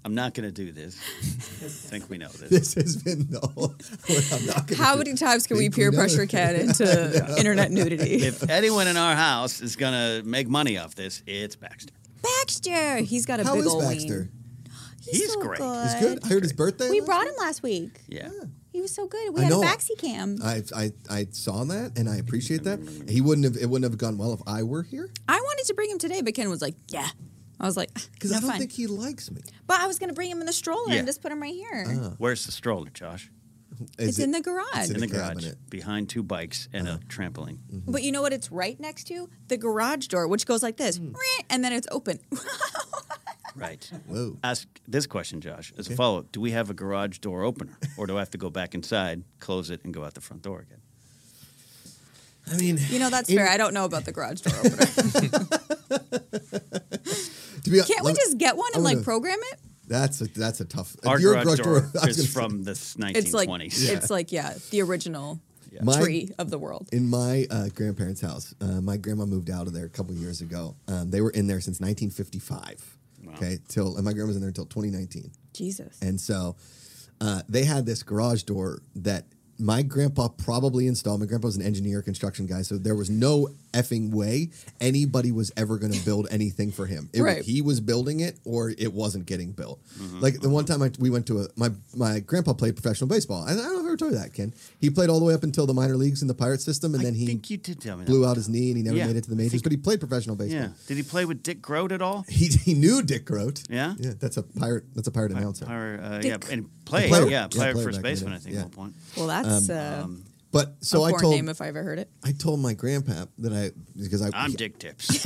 S3: I'm not going to do this. I think we know
S1: this
S3: this.
S1: has been the whole. I'm not gonna
S2: How
S1: do-
S2: many times can we
S1: Think
S2: peer
S1: we know.
S2: pressure Ken into internet nudity?
S3: If anyone in our house is going to make money off this, it's Baxter.
S2: Baxter, he's got a
S1: How
S2: big
S1: is
S2: old
S1: Baxter?
S2: ween. He's,
S3: He's
S2: so
S3: great.
S2: Good.
S1: He's good. I heard his birthday.
S2: We
S1: last
S2: brought
S1: week.
S2: him last week.
S3: Yeah.
S2: He was so good. We
S1: I
S2: had a
S1: know.
S2: backsy cam. I,
S1: I, I I saw that and I appreciate that. He wouldn't have it wouldn't have gone well if I were here
S2: wanted to bring him today, but Ken was like, "Yeah." I was like,
S1: because I
S2: "No,
S1: don't
S2: fine."
S1: think he likes me.
S2: but I was gonna bring him in the stroller
S3: Yeah.
S2: and just put him right here.
S3: Where's the stroller, Josh?
S1: Ah. Is
S2: it's
S1: it-
S2: in the garage.
S1: in
S3: In
S1: the
S3: the garage,
S1: cabinet. Uh-huh. Mm.
S3: behind two bikes and a trampoline.
S2: But you know what? It's right next to the garage door, which goes like
S1: Hmm.
S2: this, and then it's open.
S3: Right.
S1: Whoa.
S3: Ask this question, Josh, as a follow up Do we have a garage door opener, or do I have to go back inside, close it, and go out the front door again?
S1: I mean,
S2: you know that's
S1: In-
S2: fair. I don't know about the garage door opener.
S1: to be
S2: Can't we
S1: let me-
S2: just get one
S1: I'm
S2: and like
S1: gonna-
S2: program it?
S1: That's a that's a tough.
S3: Our
S1: your
S3: garage, door,
S1: I was
S3: is
S1: gonna say,
S3: from the 1920s.
S2: It's like it's like yeah, the original
S1: My-
S2: tree of the world.
S1: in my uh, grandparents' house. Uh, my grandma moved out of there a couple years ago. Um, they were in there since 1955.
S3: Wow.
S1: Okay, till and my grandma was in there until 2019.
S2: Jesus.
S1: And so uh, they had this garage door that my grandpa probably installed. My grandpa was an engineer, construction guy, so there was no effing way anybody was ever going to build anything for him. It,
S2: Right.
S1: He was building it, or it wasn't getting built. like the one time I, we went to a my my grandpa played professional baseball. And I don't know if I ever told you that, Ken. He played all the way up until the minor leagues in the pirate system, and
S3: I
S1: then he
S3: think you did tell me that.
S1: blew out his knee and he never
S3: Yeah,
S1: made it to the
S3: I
S1: majors.
S3: think-
S1: But he played professional baseball.
S3: Yeah. Did he play with Dick Grote at all?
S1: He, he knew Dick Grote.
S3: Yeah?
S1: yeah. That's a pirate. That's a pirate announcer.
S3: Or, uh, yeah,
S2: Dick-
S3: and play,
S1: player.
S3: yeah,
S1: Yeah,
S3: player
S1: player
S3: first
S1: back in the
S3: baseman,
S1: day,
S3: I think,
S1: yeah.
S3: at one point.
S2: Well, that's uh,
S1: But um, so
S2: a
S1: I
S2: porn
S1: told
S2: name if I ever heard it.
S1: I told my grandpa that I because I
S3: I'm Dick Tips.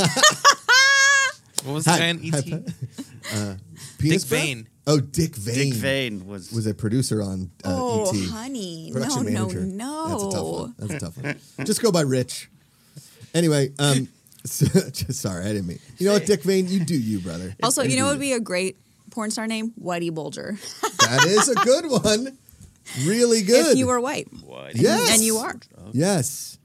S5: What was
S1: Hi.
S5: the E guy in ET?
S1: penis
S5: Dick
S1: breath?
S5: Vane.
S1: Oh, Dick Vane.
S3: Dick Vane was,
S1: was a producer on uh,
S2: oh,
S1: ET.
S2: honey, no,
S1: Production manager.
S2: no,
S1: That's a tough one.
S2: no.
S1: That's a tough one. Just go by Rich. Anyway, um, so, just, sorry, I didn't mean. You know what, Dick Vane, you do you, brother.
S2: Also, you know what would
S1: do
S2: be a great porn star name? Whitey Bulger.
S1: you. that is a good one. Really good.
S2: if you were white,
S3: what?
S1: yes,
S2: and you are.
S1: Yes.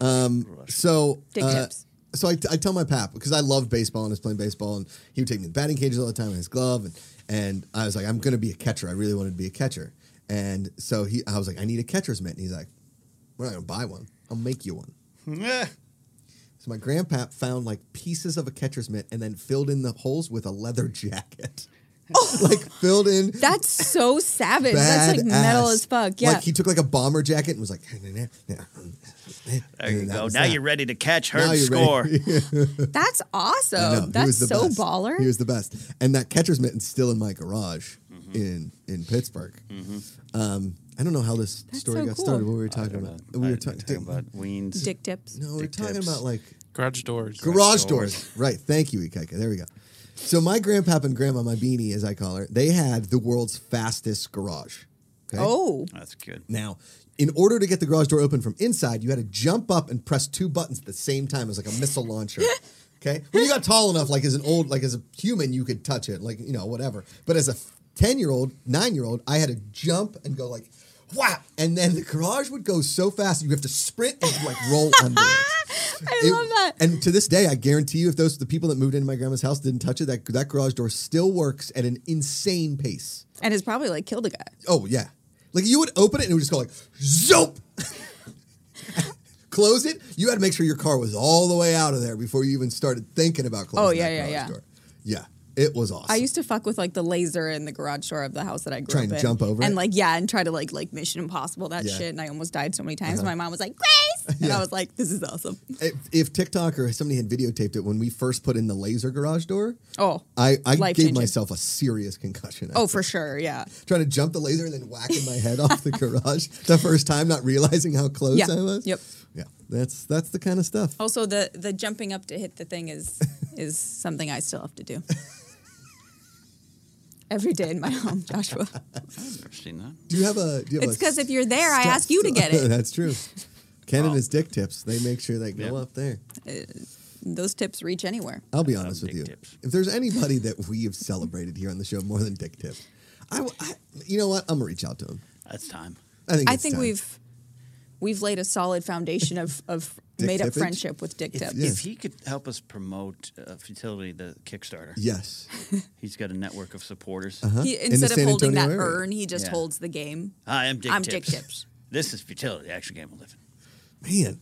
S1: Um, so
S2: Dick
S1: uh,
S2: tips.
S1: So I, I tell my pap because I love baseball and I was playing baseball and he would take me to the batting cages all the time in his glove and and I was like I'm gonna be a catcher I really wanted to be a catcher and so he I was like I need a catcher's mitt and he's like we're not gonna buy one I'll make you one
S3: Eh,
S1: so my grandpap found like pieces of a catcher's mitt and then filled in the holes with a leather jacket
S2: Oh.
S1: like filled in
S2: That's so savage. That's like
S1: Badass.
S2: metal as fuck. Yeah.
S1: like he took like a bomber jacket and was like
S3: There you go. Now
S1: you're
S3: you're ready to catch
S1: Now
S3: her
S1: you're
S3: score.
S1: ready.
S2: That's
S1: I know.
S2: awesome.
S1: He
S2: That's
S1: was the
S2: so
S1: best.
S2: baller.
S1: He was the best. And that catcher's mitten's still in my garage in in Pittsburgh. Um, I don't know how this story
S2: so
S1: got
S2: cool.
S1: started. What we were talking
S3: I don't know.
S1: about? We
S3: I-
S1: were
S3: I'm
S1: ta-
S3: talking about weens.
S2: Dick tips.
S1: No, we were
S3: Dick
S1: talking
S3: tips.
S1: about like
S5: Garage doors.
S1: garage doors. Right. Thank you, Ikaika. There we go. So my grandpap and grandma, my beanie as I call her, they had the world's fastest garage. Okay.
S2: Oh,
S3: That's good.
S1: Now, in order to get the garage door open from inside, you had to jump up and press two buttons at the same time as like a missile launcher. Okay. When you got tall enough, like as an old, like as a human, you could touch it, like you know, whatever. But as a ten-year-old, nine-year-old, I had to jump and go like, wow, and then the garage would go so fast you have to sprint and like roll under it.
S2: I
S1: It-
S2: love that.
S1: And to this day, I guarantee you, if those the people that moved into my grandma's house didn't touch it, that that garage door still works at an insane pace.
S2: And it's probably like killed a guy.
S1: Oh yeah. Like you would open it and it would just go like zoop. Close it. You had to make sure your car was all the way out of there before you even started thinking about closing.
S2: Oh, yeah,
S1: that
S2: yeah,
S1: garage
S2: yeah.
S1: Door. Yeah, it was awesome.
S2: I used to fuck with like the laser in the garage door of the house that I grew
S1: Try
S2: up
S1: and
S2: in.
S1: jump over
S2: and
S1: it?
S2: like yeah, and try to like like Mission Impossible that
S1: Yeah. Uh-huh.
S2: shit. And I almost died so many times. My mom was like, "Grace," and
S1: Yeah.
S2: I was like, "This is awesome."
S1: if, if TikTok or somebody had videotaped it when we first put in the laser garage door,
S2: Oh,
S1: I, I gave
S2: Life-changing.
S1: myself a serious concussion.
S2: oh for sure, yeah.
S1: Trying to jump the laser and then whacking my head off the garage the first time, not realizing how close
S2: Yeah.
S1: I was.
S2: Yep.
S1: Yeah, that's that's the kind of stuff.
S2: Also, the the jumping up to hit the thing is is something I still have to do every day in my home, Joshua.
S3: I've never seen that.
S1: Do you have a? Do you have
S2: It's
S1: a
S2: because if you're there, I
S1: Stop-
S2: ask you to get it.
S1: That's true. Canada's dick tips. They make sure they go
S3: Yeah.
S1: up there.
S2: Those tips reach anywhere.
S1: I'll be
S3: I
S1: honest
S3: love
S1: with
S3: dick
S1: you.
S3: tips.
S1: If there's anybody that we have celebrated here on the show more than dick tips, I, w- I- you know what? I'm gonna reach out to him.
S3: That's time.
S1: I think.
S2: I
S1: it's
S2: think
S1: time.
S2: we've we've laid a solid foundation of of
S1: Dick
S2: made up
S1: tippage?
S2: friendship with Dick
S3: If,
S2: Tip.
S1: yeah.
S3: if he could help us promote uh, Futility, the Kickstarter,
S1: Yes.
S3: he's got a network of supporters.
S2: He,
S1: the
S2: instead of
S1: San
S2: holding that
S1: Antonio area.
S2: urn, he just
S3: Yeah.
S2: holds the game.
S3: Hi, I'm Dick
S2: I'm
S3: Tips.
S2: Dick Tips.
S3: This is Futility, the actual game of living.
S1: Man,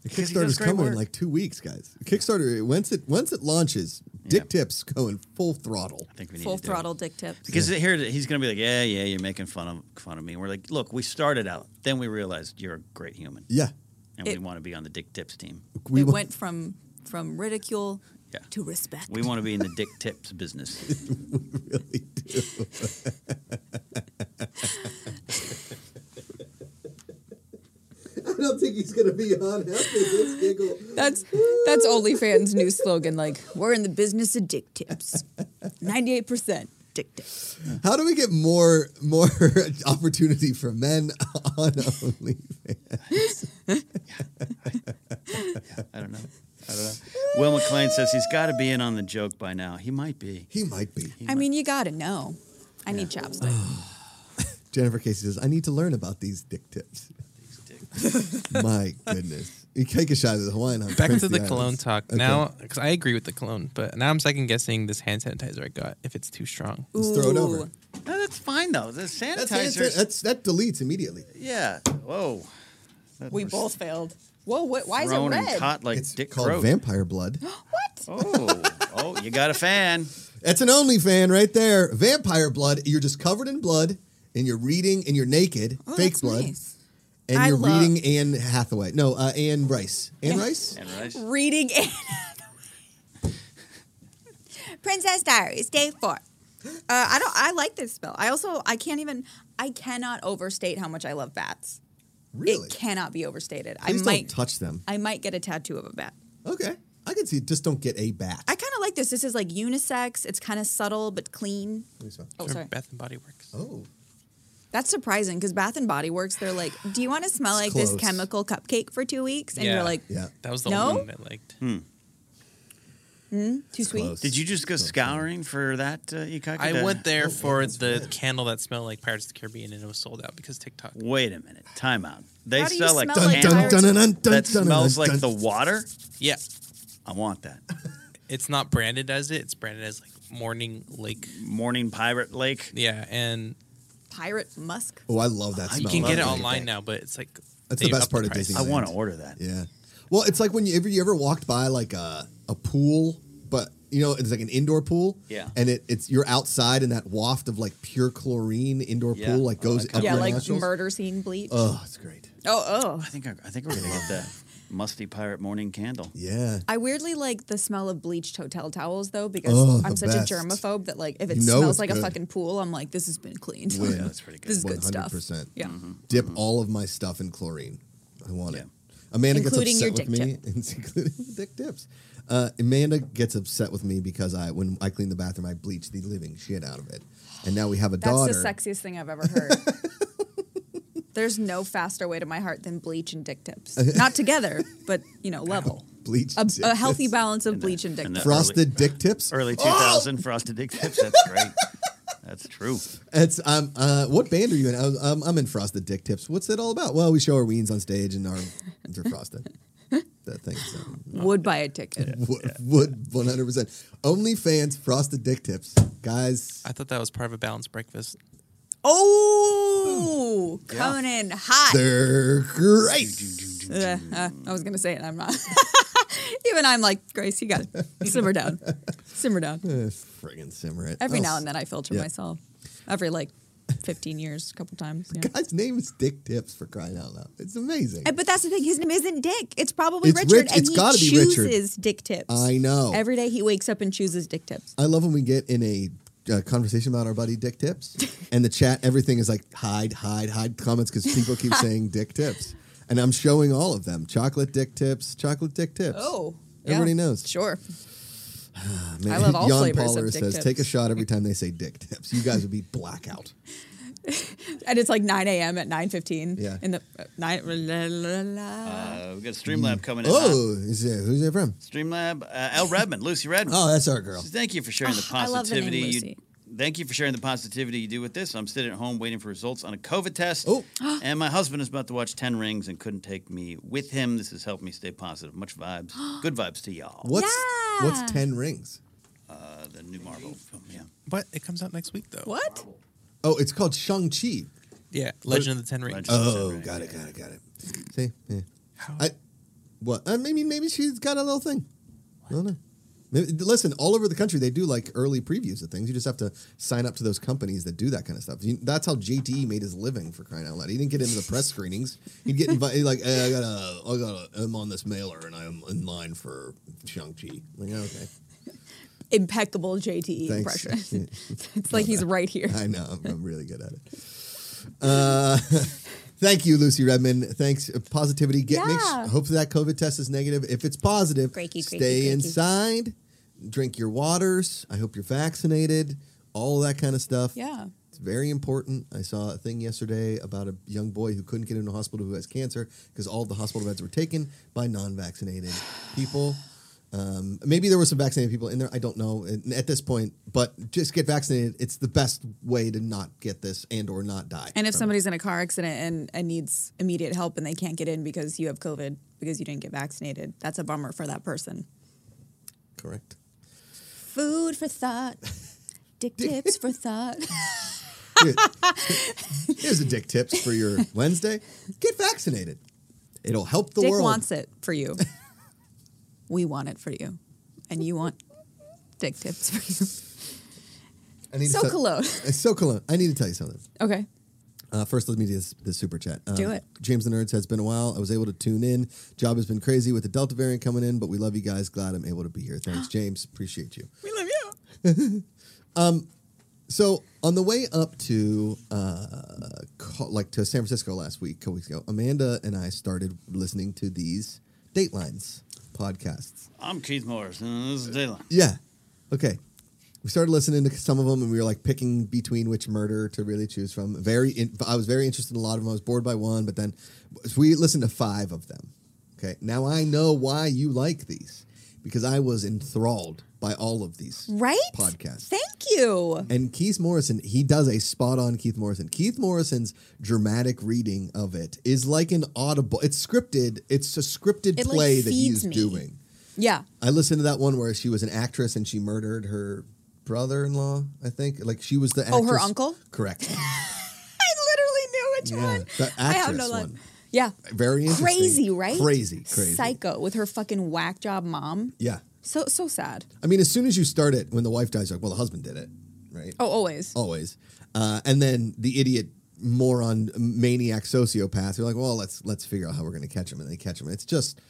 S1: The
S3: Because he does
S1: Kickstarter's
S3: great
S1: coming in
S3: work.
S1: like two weeks, guys. Kickstarter once it once it launches, Dick Tips going full throttle.
S3: I think we need
S2: Full
S3: to do it.
S2: throttle dick tips.
S3: Because here he's going to be like, yeah, yeah, you're making fun of fun of me. And we're like, look, we started out, then we realized you're a great human,
S1: Yeah,
S3: and we
S2: It-
S3: want to be on the Dick Tips team.
S1: we
S2: it
S1: wa-
S2: went from from ridicule
S3: Yeah.
S2: to respect.
S3: We want to be in the Dick Tips business.
S1: really do. I don't think he's gonna be on after this giggle.
S2: that's that's OnlyFans' new slogan. Like we're in the business of dick tips. Ninety eight percent dick tips.
S1: How do we get more more opportunity for men on OnlyFans?
S3: I don't know. I don't know. Will McLean says he's got to be in on the joke by now. He might be.
S1: He might be.
S2: I mean, you gotta know. I need chapstick.
S1: Jennifer Casey says, I need to learn about these dick tips. My goodness. You take a shot at the Hawaiian on
S5: Back
S1: Prince
S5: into the
S1: Islands.
S5: cologne talk
S1: Okay.
S5: now, because I agree with the cologne, but now I'm second guessing this hand sanitizer I got if it's too strong.
S1: Just throw it over.
S2: Ooh. Oh,
S3: No, that's fine though. The
S1: That's, that's,
S3: sanitizer.
S1: that's, that deletes immediately.
S3: yeah. Whoa. That
S2: We
S3: was
S2: both failed. Whoa! What, why is it
S3: thrown
S2: red?
S3: And caught like
S1: it's
S3: Dick
S1: called
S3: Croak.
S1: Vampire Blood.
S2: what?
S3: oh, oh, you got a fan.
S1: That's an only fan right there. Vampire Blood. You're just covered in blood and you're reading and you're naked.
S2: Oh,
S1: fake
S2: that's
S1: blood.
S2: nice.
S1: And
S2: I
S1: you're
S2: love-
S1: reading Anne Hathaway. No, uh, Anne Rice. Anne Rice?
S3: And Rice.
S2: Reading and Princess Diaries, day four. Uh, I don't. I like this spell. I also. I can't even. I cannot overstate how much I love bats.
S1: Really?
S2: It cannot be overstated.
S1: Please
S2: I
S1: don't
S2: might.
S1: touch them.
S2: I might get a tattoo of a bat.
S1: Okay. I can see. Just don't get a bat.
S2: I kind of like this. This is like unisex. It's kind of subtle but clean. Oh,
S5: Or
S2: sorry.
S5: Bath and Body Works.
S1: oh.
S2: That's surprising because Bath and Body Works. They're like, do you want to smell like
S1: It's
S2: this
S1: close.
S2: chemical cupcake for two weeks? And
S5: Yeah.
S2: you're like,
S1: Yeah.
S5: That was the
S2: No?
S5: only one I liked.
S2: too sweet.
S1: close.
S3: Did you just go scouring for that? Uh, Yukaka?
S5: I
S3: To-
S5: went
S1: Oh,
S5: there for the candle that smelled like Pirates of the Caribbean and it was sold out because TikTok.
S3: Wait a minute. Time out. They
S2: How do you
S3: sell like
S2: smell like
S3: candles
S2: Pirates?
S3: that smells like the water.
S5: Yeah.
S3: I want that.
S5: It's not branded as it, it's branded as like Morning Lake.
S3: Morning Pirate Lake.
S5: Yeah. And
S2: Pirate musk.
S1: Oh, I love that
S3: I
S1: smell.
S5: you can
S3: love
S5: get it
S3: that.
S5: online now, but it's like.
S1: That's the
S5: they've
S1: best
S5: upped
S1: part of
S5: price.
S1: Disney.
S3: I want to order that.
S1: Yeah. Well, it's like when you ever you ever walked by like a a pool, but you know it's like an indoor pool.
S3: Yeah.
S1: And it, it's you're outside and that waft of like pure chlorine indoor
S3: Yeah.
S1: pool like
S3: Oh,
S1: goes
S3: that
S1: up
S2: Yeah,
S1: your
S2: like
S1: nostrils.
S2: murder scene bleach.
S1: Oh, it's great.
S2: oh, oh.
S3: I think I, I think we're gonna love that musty pirate morning candle.
S1: Yeah.
S2: I weirdly like the smell of bleached hotel towels though because
S1: Oh,
S2: I'm
S1: the
S2: such
S1: best.
S2: a germaphobe that like if it
S1: You know it's
S2: smells like
S1: good.
S2: a fucking pool, I'm like this has been cleaned.
S1: Win.
S3: Yeah, that's pretty good.
S2: this is good stuff.
S1: 100%.
S2: Yeah.
S1: Dip
S3: Mm-hmm.
S1: all of my stuff in chlorine. I want it. Amanda
S2: Including
S1: gets
S2: your
S1: upset
S2: dick
S1: with me, including dick tips. Uh, Amanda gets upset with me because I, when I clean the bathroom, I bleach the living shit out of it, and now we have a
S2: That's
S1: daughter.
S2: the sexiest thing I've ever heard. There's no faster way to my heart than bleach and dick tips. Not together, but you know, level.
S1: bleach.
S2: A,
S1: dick
S2: a healthy
S1: tips.
S2: balance of bleach and dick
S3: and the-
S2: tips.
S1: frosted dick tips.
S3: Early 2000 frosted dick tips. That's great. That's true.
S1: It's um uh what band are you in? I was, um, I'm in Frosted Dick Tips. What's it all about? Well, we show our weens on stage and our they're frosted. that thing. um, So.
S2: Would buy a ticket.
S1: Would, would 100 percent only fans Frosted Dick Tips guys.
S5: I thought that was part of a balanced breakfast.
S2: Oh, Conan, hot.
S1: They're great.
S2: Uh, uh, I was gonna say it. and I'm not. Even I'm like Grace. You got it. Simmer down. Simmer down.
S1: Uh, friggin' simmer it.
S2: Every
S1: Oh,
S2: now and then I filter
S1: yeah.
S2: myself. Every like 15 years, a couple times. yeah.
S1: Guy's name is Dick Tips for crying out loud. It's amazing.
S2: And- Uh, But that's the thing. His name isn't Dick. It's probably
S1: It's
S2: Richard,
S1: Rich-
S2: and
S1: it's
S2: he
S1: gotta be Richard.
S2: chooses Dick tips.
S1: I know.
S2: Every day he wakes up and chooses Dick tips.
S1: I love when we get in a uh, conversation about our buddy Dick Tips, and the chat, everything is like hide, hide, hide comments because people keep saying Dick Tips, and I'm showing all of them: chocolate Dick Tips, chocolate Dick Tips.
S2: Oh, yeah.
S1: everybody knows.
S2: Sure.
S1: Man,
S2: I love all
S1: Jan
S2: flavors of
S1: Paller
S2: Dick
S1: says,
S2: Tips.
S1: "Take a shot every time they say Dick Tips. You guys would be blackout."
S2: And it's like 9 a.m. at 9:15.
S1: Yeah.
S2: In the uh, nine. La, la, la, la.
S3: Uh, we got Streamlab coming in. hot.
S1: oh, is it, who's that from?
S3: Streamlab. Uh, Al Redmond, Lucy Redmond.
S1: Oh, that's our girl.
S3: So Thank you for sharing the
S2: Ah, I love the name
S3: positivity. you,
S2: Lucy.
S3: Thank you for sharing the positivity you do with this. I'm sitting at home waiting for results on a COVID test,
S1: Oh.
S3: and my husband is about to watch Ten Rings and couldn't take me with him. This has helped me stay positive. Much vibes, good vibes to y'all.
S1: What's
S2: Yeah.
S1: what's ten rings?
S3: Uh, the new Marvel film, yeah.
S5: But it comes out next week, though.
S2: What?
S1: Oh, it's called Shang Chi.
S5: Yeah. Legend of the Ten Rings.
S3: Legend.
S1: Oh,
S3: Ten Rings,
S1: got it,
S3: yeah.
S1: got it, got it. See, yeah.
S5: How-
S1: I What? Uh, maybe maybe she's got a little thing. I don't know. Maybe, listen, all over the country they do like early previews of things. You just have to sign up to those companies that do that kind of stuff. You, that's how JTE made his living for crying out loud. He didn't get into the press screenings. He'd get invited like, hey, I got to I got to I'm on this mailer and I'm in line for Shang Chi. Like, okay,
S2: Impeccable JTE
S1: thanks.
S2: impression. It's like he's right here.
S1: I know. I'm, I'm really good at it. Uh, thank you, Lucy Redmond. Thanks, uh, positivity. Get mixed.
S2: Yeah.
S1: Hope that COVID test is negative. If it's positive,
S2: Crakey, crakey,
S1: stay
S2: crakey.
S1: inside. Drink your waters. I hope you're vaccinated. All that kind of stuff.
S2: Yeah.
S1: It's very important. I saw a thing yesterday about a young boy who couldn't get into a hospital who has cancer because all the hospital beds were taken by non-vaccinated people. Um, maybe there were some vaccinated people in there. I don't know and at this point, but just get vaccinated. It's the best way to not get this and or not die.
S2: And if
S1: from
S2: somebody's in a car accident and, and needs immediate help and they can't get in because you have COVID because you didn't get vaccinated, that's a bummer for that person.
S1: it. correct.
S2: Food for thought. Dick tips for thought.
S1: Here- Here's a dick tips for your Wednesday. Get vaccinated. It'll help the
S2: Dick
S1: world.
S2: wants it for you. we want it for you. And you want dick tips for you.
S1: I need to
S2: So
S1: tell-
S2: cologne.
S1: So cologne. I need to tell you something.
S2: Okay.
S1: Uh, first, let me do this, this super chat. Um,
S2: Do it.
S1: James the Nerds has been a while. I was able to tune in. Job has been crazy with the Delta variant coming in, but we love you guys. Glad I'm able to be here. Thanks, James. Appreciate you.
S2: We love you.
S1: So on the way up to uh, co- like to San Francisco last week, a couple weeks ago, Amanda and I started listening to these Datelines podcasts.
S3: I'm Keith Morris, and this is Dayline.
S1: Yeah. Okay. We started listening to some of them, and we were like picking between which murder to really choose from. Very, in, I was very interested in a lot of them. I was bored by one, but then so we listened to five of them. Okay. Now I know why you like these because I was enthralled by all of these
S2: Right?
S1: podcasts.
S2: Thank you.
S1: And Keith Morrison, he does a spot on Keith Morrison. Keith Morrison's dramatic reading of it is like an audible. It's scripted. It's a scripted
S2: It, like,
S1: play that
S2: feeds
S1: he's
S2: me.
S1: doing.
S2: Yeah.
S1: I listened to that one where she was an actress and she murdered her brother-in-law. I think like she was the actress.
S2: Oh, her uncle?
S1: Correct.
S2: I literally knew
S1: Yeah,
S2: which
S1: the
S2: one. I have no
S1: actress
S2: luck.
S1: one.
S2: Yeah.
S1: Very interesting.
S2: Crazy, right?
S1: Crazy, crazy.
S2: Psycho with her fucking whack job mom.
S1: Yeah,
S2: So so sad.
S1: I mean, as soon as you start it, when the wife dies, you're like, well, the husband did it, right?
S2: Oh, always.
S1: always. Uh, and then the idiot moron maniac sociopath you're like well let's let's figure out how we're going to catch him and they catch him it's just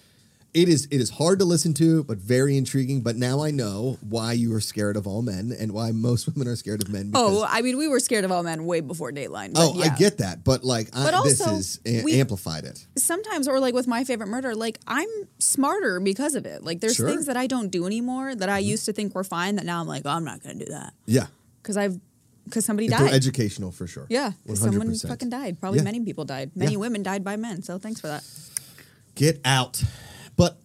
S1: it is it is hard to listen to but very intriguing but now i know why you are scared of all men and why most women are scared of men because,
S2: Oh, I mean, we were scared of all men way before Dateline. but
S1: oh i
S2: yeah.
S1: get that but like I,
S2: But
S1: this
S2: also,
S1: is a-
S2: we-
S1: amplified it
S2: Sometimes, or like with my favorite murder, like I'm smarter because of it. Like there's
S1: Sure. Mm-hmm.
S2: things that I don't do anymore that I used to think were fine that now I'm like, oh, I'm not gonna do that
S1: yeah
S2: because I've because somebody
S1: They're
S2: died.
S1: educational for sure
S2: yeah, 'cause someone
S1: 100%.
S2: fucking died. Probably
S1: Yeah.
S2: many people died. Many
S1: Yeah.
S2: women died by men. So thanks for that.
S1: get out but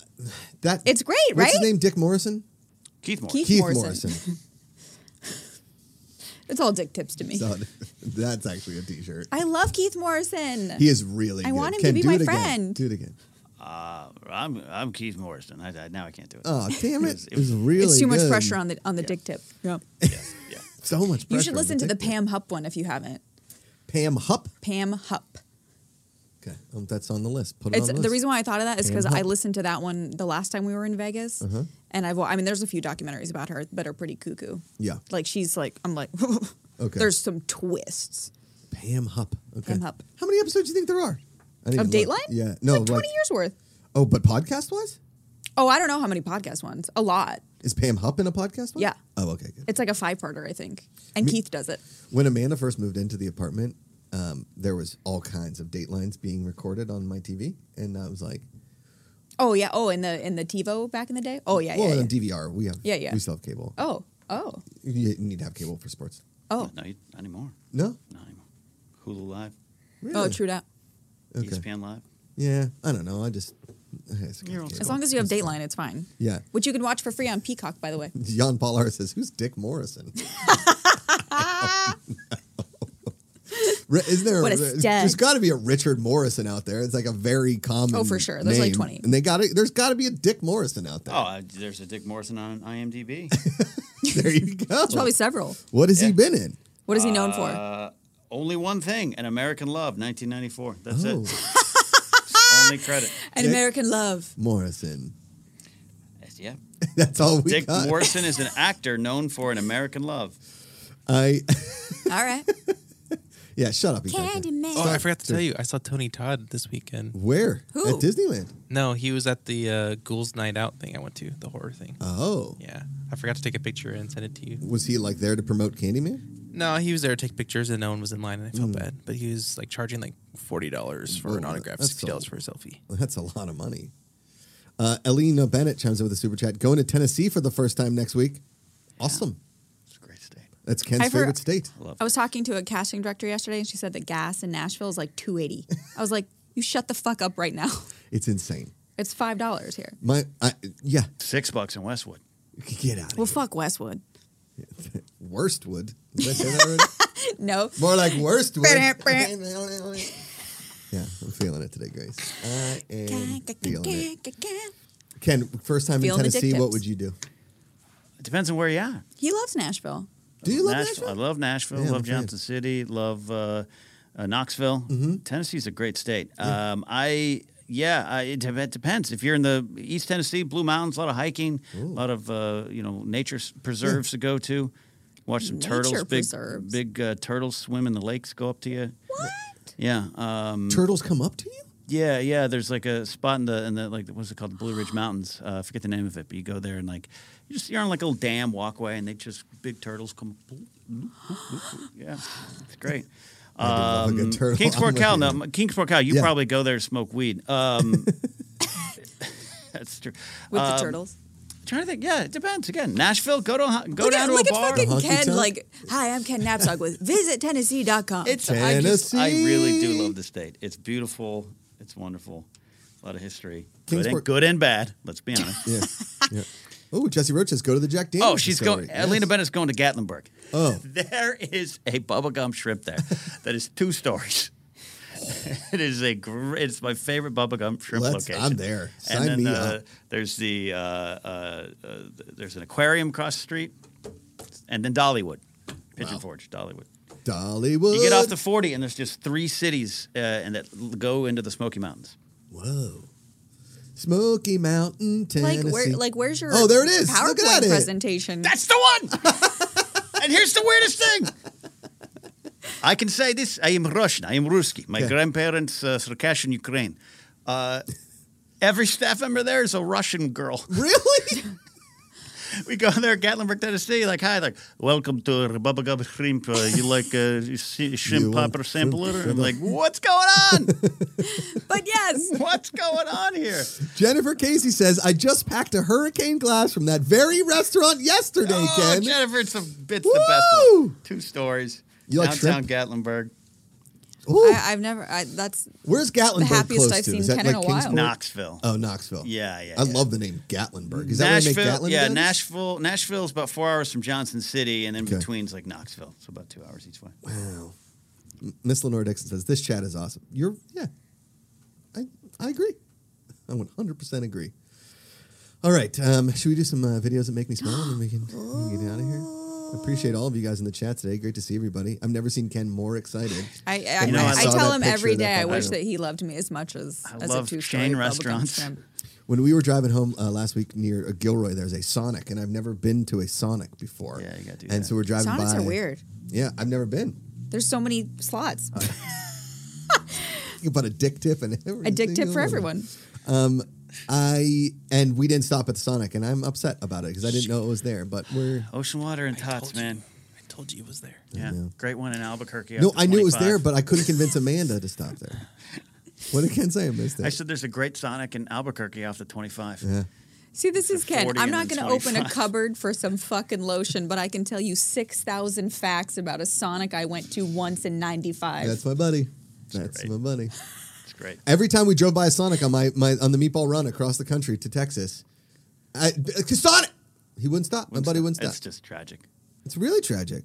S1: that
S2: It's great,
S1: what's his
S2: right?
S1: name dick morrison
S3: Keith Morris.
S2: Keith-
S1: keith
S2: Morrison. It's all dick tips to me.
S1: So, that's actually a t-shirt
S2: I love Keith Morrison.
S1: He is really.
S2: I
S1: good.
S2: want him to
S1: Ken,
S2: be
S1: do
S2: my
S1: it again.
S2: friend.
S1: Do it again.
S3: Uh, I'm I'm Keith Morrison. I, I, now I can't do it.
S1: Oh damn
S3: It
S1: it!
S3: was-
S1: It was really.
S2: it's too much
S1: good.
S2: pressure on the on the dick tip. Yeah.
S3: yeah, yeah.
S1: So much pressure.
S2: You should
S1: on
S2: listen to the
S1: dick.
S2: Pam Hupp one if you haven't.
S1: Pam Hupp.
S2: Pam Hupp.
S1: Okay, um, that's on the list. Put it
S2: It's
S1: on the,
S2: the
S1: list.
S2: reason why I thought of that is
S1: Pam
S2: because I
S1: Hupp.
S2: listened to that one the last time we were in Vegas,
S1: Mm-hmm.
S2: and I've wa- I mean, there's a few documentaries about her that are pretty cuckoo.
S1: Yeah.
S2: Like she's like I'm like,
S1: Okay.
S2: There's some twists.
S1: Pam Hupp. Okay.
S2: Pam Hupp.
S1: How many episodes do you think there are? I didn't
S2: Of
S1: even look.
S2: Dateline?
S1: Yeah.
S2: It's
S1: No.
S2: like 20
S1: like-
S2: years worth.
S1: Oh, but podcast wise,
S2: Oh, I don't know how many podcast ones. A lot.
S1: is Pam Hupp in a podcast? One?
S2: Yeah.
S1: Oh, okay. Good.
S2: It's like a five parter, I think. And Keith does it.
S1: When Amanda first moved into the apartment, um, there was all kinds of Datelines being recorded on my TV, and I was like,
S2: Oh yeah. Oh, in the in the TiVo back in the day. Oh yeah.
S1: "Well,
S2: yeah, yeah.
S1: on DVR, we have.
S2: Yeah, yeah.
S1: We still have cable.
S2: oh. Oh.
S1: You need to have cable for sports.
S2: Oh.
S3: No, you, not anymore.
S1: No.
S3: Not anymore. Hulu Live, E
S2: Oh,
S1: Really?
S2: true that.
S1: Okay.
S3: ESPN Live.
S1: Yeah, I don't know. I just it's
S3: You're old
S1: complicated.
S2: As long as you have Dateline, it's fine.
S1: yeah.
S2: Which you can watch for free on Peacock, by the way.
S1: Jan Paul R says, "Who's Dick Morrison?"
S2: Ah,
S1: Ri- Isn't there?
S2: What a
S1: there-
S2: stud.
S1: there's got to be a Richard Morrison out there. It's like a very common.
S2: Oh, for sure. There's like
S1: name.
S2: 20.
S1: and they got to There's got to be a Dick Morrison out
S3: Oh,
S1: there.
S3: uh, there's a Dick Morrison on IMDb.
S1: there you go.
S2: There's probably several.
S1: what has he
S3: Yeah.
S1: been in?
S2: What is he known for?
S3: Uh, only one thing: An American Love, 1994. That's
S1: Oh.
S3: it. only credit.
S2: An
S1: Dick-
S2: American Love.
S1: Morrison.
S3: Yeah.
S1: That's all we
S3: Dick
S1: got.
S3: Morrison is an actor known for An American Love.
S1: I
S2: All right.
S1: yeah. Shut up. Exactly.
S2: Candyman.
S5: Oh, I forgot to tell you, I saw Tony Todd this weekend.
S1: Where
S2: Who?
S1: at Disneyland?
S5: No, he was at the uh, Ghouls Night Out thing I went to, the horror thing.
S1: Oh,
S5: Yeah, I forgot to take a picture and send it to you.
S1: was he like there to promote Candyman?
S5: No, he was there to take pictures, and no one was in line, and I felt
S1: Mm.
S5: bad. But he was like charging like forty dollars for an
S1: Oh,
S5: autograph,
S1: that's
S5: sixty dollars
S1: so-
S5: for a selfie.
S1: Well, that's a lot of money. Uh, Elena Bennett chimes in with a super chat. Going to Tennessee for the first time next week. Awesome.
S3: It's a great state.
S1: That's Ken's
S2: I've heard-
S1: favorite state.
S3: I love
S2: I was talking to a casting director yesterday, and she said that gas in Nashville is like two eighty. I was like, "You shut the fuck up right now.
S1: It's insane.
S2: It's five dollars here."
S1: My, I, yeah,
S3: Six bucks in Westwood.
S1: get out.
S2: Well,
S1: Of
S2: fuck Westwood.
S1: here. Worstwood. Did I say that already?
S2: No,
S1: More like Worstwood.
S2: Ga-
S1: yeah, I'm feeling it today, Grace. I am feeling it. Ken, first time
S2: Feeling
S1: in
S2: the dick
S1: Tennessee, what
S2: tips.
S1: would you do?
S3: It depends on where you are.
S2: he loves Nashville.
S1: Do you love
S3: I
S1: Nashville?
S3: love Nashville.
S1: Yeah,
S3: love
S1: I'm a fan.
S3: Johnson City. Love uh, uh, Knoxville.
S1: Mm-hmm.
S3: Tennessee's a great state. Um, I yeah, I, it, dep- it depends. If you're in the East Tennessee, Blue Mountains, a lot of hiking, a lot of uh, you know nature s- preserves to go to. Watch some
S2: Nature
S3: turtles. Big
S2: preserves.
S3: big uh, turtles swim in the lakes. Go up to you.
S2: What?
S3: Yeah. Um,
S1: Turtles come up to you?
S3: yeah, yeah. There's like a spot in the in the like what's it called, the Blue Ridge Mountains. Uh, I forget the name of it, but you go there and like you just you're on like a little dam walkway, and they just big turtles come. Yeah, it's great.
S1: I do love a good
S3: Um,
S1: turtle. I'm
S3: Kingsport
S1: with
S3: Cow,
S1: you.
S3: no, m- Kingsport Cow. You
S1: Yeah.
S3: probably go there to smoke weed. Um, that's true.
S2: With the
S3: Um,
S2: turtles.
S3: Trying to think. Yeah, it depends. Again, Nashville. Go to a, hu- go
S2: look
S3: down
S2: at,
S3: to
S2: look at
S3: a bar.
S2: fucking
S1: Honky
S2: Ken.
S1: tonk?
S2: Like, hi, I'm Ken Knapsack with visittennessee.com.
S3: It's I, just, I
S1: Tennessee.
S3: really do love the state. It's beautiful. It's wonderful. A lot of history. Good and,
S1: Kingsport-
S3: good and bad. Let's be honest.
S1: Yeah. yeah. Oh, Jesse Roach says go to the Jack Daniels.
S3: Oh, she's
S1: distillery.
S3: going. Elena
S1: Yes.
S3: Bennett's going to Gatlinburg.
S1: Oh,
S3: There is a bubblegum shrimp there that is two stories. it is a great, it's my favorite bubblegum shrimp
S1: Let's-
S3: location.
S1: I'm there. Sign
S3: and then
S1: me
S3: uh,
S1: up.
S3: there's the uh, uh, uh, there's an aquarium across the street, and then Dollywood, Pigeon
S1: Wow.
S3: Forge, Dollywood.
S1: Dollywood.
S3: You get off the 40, and there's just three cities uh, and that l- go into the Smoky Mountains.
S1: Whoa. Smoky Mountain, Tennessee.
S2: like, where, like, where's your
S1: Oh, there it is. Look at
S2: PowerPoint
S1: it.
S2: presentation?
S3: That's the one. and here's the weirdest thing. I can say this. I am Russian. I am Ruski. My
S1: Yeah.
S3: grandparents, uh, Circassian Ukraine. Uh, every staff member there is a Russian girl.
S1: Really?
S3: We go there, Gatlinburg, Tennessee. Like, hi, like, welcome to Bubblegum Shrimp. Uh, you like uh, sh-
S1: You
S3: shrimp
S1: want
S3: popper
S1: shrimp
S3: sampler?
S1: shrimp?
S3: I'm like, what's going on?
S2: but yes.
S3: what's going on here?
S1: Jennifer Casey says, I just packed a hurricane glass from that very restaurant yesterday,
S3: Oh,
S1: Ken.
S3: Jennifer, it's, a, it's the best
S1: Woo!
S3: one. Two stories.
S1: You like
S3: downtown Gatlinburg,
S1: Ooh,
S2: I, I've never. I, that's
S1: where's Gatlinburg
S2: the happiest
S1: close
S2: I've
S1: to?
S2: seen
S1: Is that
S2: Ken in
S1: like
S2: a while.
S1: Kingsport?
S3: Knoxville.
S1: Oh, Knoxville.
S3: Yeah, yeah.
S1: I
S3: yeah.
S1: love the name Gatlinburg. Is that where they make
S3: Nashville,
S1: Gatlin?
S3: yeah,
S1: guns?
S3: Nashville. Nashville's about four hours from Johnson City, and then
S1: Okay.
S3: between's like Knoxville, so about two hours each way.
S1: Wow. M- Miss Lenore Dixon says this chat is awesome. You're yeah. I I agree. I 100% agree. All right, um, should we do some uh, videos that make me smile and then we can, we can get out of here? I appreciate all of you guys in the chat today. Great to see everybody. I've never seen Ken more excited.
S2: I, I,
S3: You know,
S2: I,
S3: I
S2: I
S3: saw
S2: tell
S1: that
S2: him
S1: picture
S2: every
S1: of that
S2: day. I wish
S3: photo.
S2: that he loved me as much as
S3: I
S2: as a
S3: love
S2: two-story
S3: chain
S2: bubblegum
S3: restaurants.
S2: shrimp.
S1: When we were driving home uh, last week near uh, Gilroy, there's a Sonic, and I've never been to a Sonic before.
S3: Yeah, you gotta do
S1: And
S3: that.
S1: so we're driving
S2: Sonics
S1: by.
S2: are weird.
S1: Yeah, I've never been.
S2: There's so many slots.
S1: You can put a dick tip and everything.
S2: A dick tip for
S1: on it.
S2: everyone.
S1: I and we didn't stop at the Sonic, and I'm upset about it because I didn't know it was there. But we're
S3: Ocean water and
S5: I
S3: tots,
S5: told you.
S3: man.
S5: I told you it was there.
S3: Yeah, great one in Albuquerque.
S1: no,
S3: after
S1: I knew it was
S3: 25.
S1: there, but I couldn't convince Amanda to stop there. What did Ken say? I missed it.
S3: I said there's a great Sonic in Albuquerque off the 25.
S1: yeah.
S2: See, this is Ken.
S3: 40
S2: I'm
S3: and
S2: not
S3: then
S2: going to open a
S3: 25.
S2: cupboard for some fucking lotion, but I can tell you 6,000 facts about a Sonic I went to once in 95.
S1: that's my buddy. That's
S3: great.
S1: my buddy.
S3: It's great.
S1: Every time we drove by a Sonic on my, my on the meatball run across the country to Texas, I, Sonic, he wouldn't stop. my buddy wouldn't stop.
S3: It's just tragic.
S1: it's really tragic.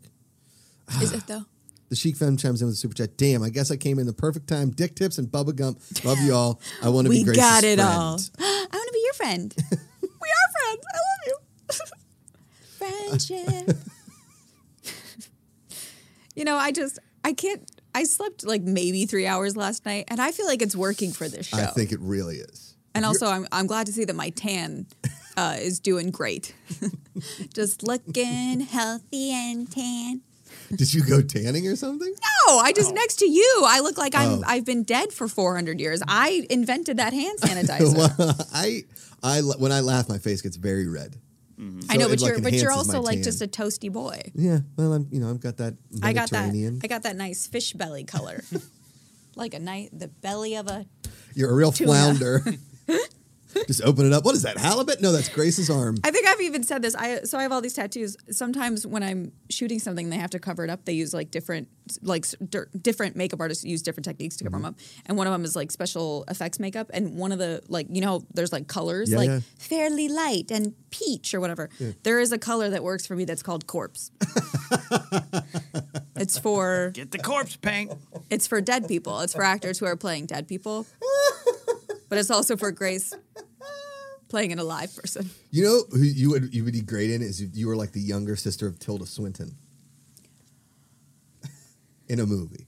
S2: is it though?
S1: The Chic Femme chimes in with a super chat. Damn, I guess I came in the perfect time. Dick tips and Bubba Gump. Love you all. I want to be
S2: We
S1: Grace's
S2: got it
S1: friend.
S2: all. I want to be your friend. we are friends. I love you. Friendship. you know, I just, I can't, I slept like maybe three hours last night, and I feel like it's working for this show.
S1: I think it really is.
S2: and also, I'm I'm glad to see that my tan uh, is doing great. just looking healthy and tan.
S1: Did you go tanning or something?
S2: No, I
S1: Oh.
S2: just next to you. I look like I'm I've been dead for 400 years. I invented that hand sanitizer.
S1: I, I, when I laugh, my face gets very red.
S2: I
S1: So
S2: know, but
S1: it, like,
S2: you're but you're
S1: enhances my
S2: also like
S1: tan.
S2: just a toasty boy.
S1: Yeah, well, I'm, you know, I've got that
S2: I got that.
S1: Mediterranean.
S2: I got that nice fish belly color, like a night the belly of a.
S1: You're a real
S2: Tuna.
S1: flounder. Just open it up. What is that halibut? No, that's Grace's arm.
S2: I think I've even said this. I so I have all these tattoos. Sometimes when I'm shooting something, they have to cover it up. They use like different like s- dir- different makeup artists use different techniques to cover
S1: Mm-hmm.
S2: them up. And one of them is like special effects makeup. And one of the like you know there's like colors
S1: Yeah,
S2: like
S1: yeah.
S2: fairly light and peach or whatever. There is a color that works for me that's called corpse. it's for
S3: Get the corpse paint.
S2: It's for dead people. It's for actors who are playing dead people. But it's also for Grace playing an alive person.
S1: You know who you would you would be great in is if you were like the younger sister of Tilda Swinton in a movie.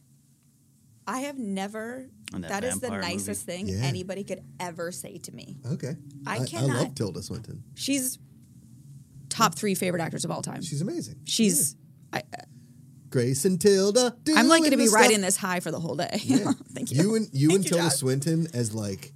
S2: I have never.
S3: And that
S2: that is the
S3: vampire movie.
S2: nicest thing
S1: Yeah.
S2: anybody could ever say to me.
S1: Okay,
S2: I
S1: I love
S2: cannot.
S1: Tilda Swinton.
S2: She's top three favorite actors of all time.
S1: She's amazing.
S2: She's.
S1: Yeah. Grace and Tilda.
S2: I'm like going
S1: doing
S2: to be
S1: the
S2: riding
S1: stuff.
S2: this high for the whole day. Thank you.
S1: You and you and
S2: you,
S1: Tilda
S2: John.
S1: Swinton as like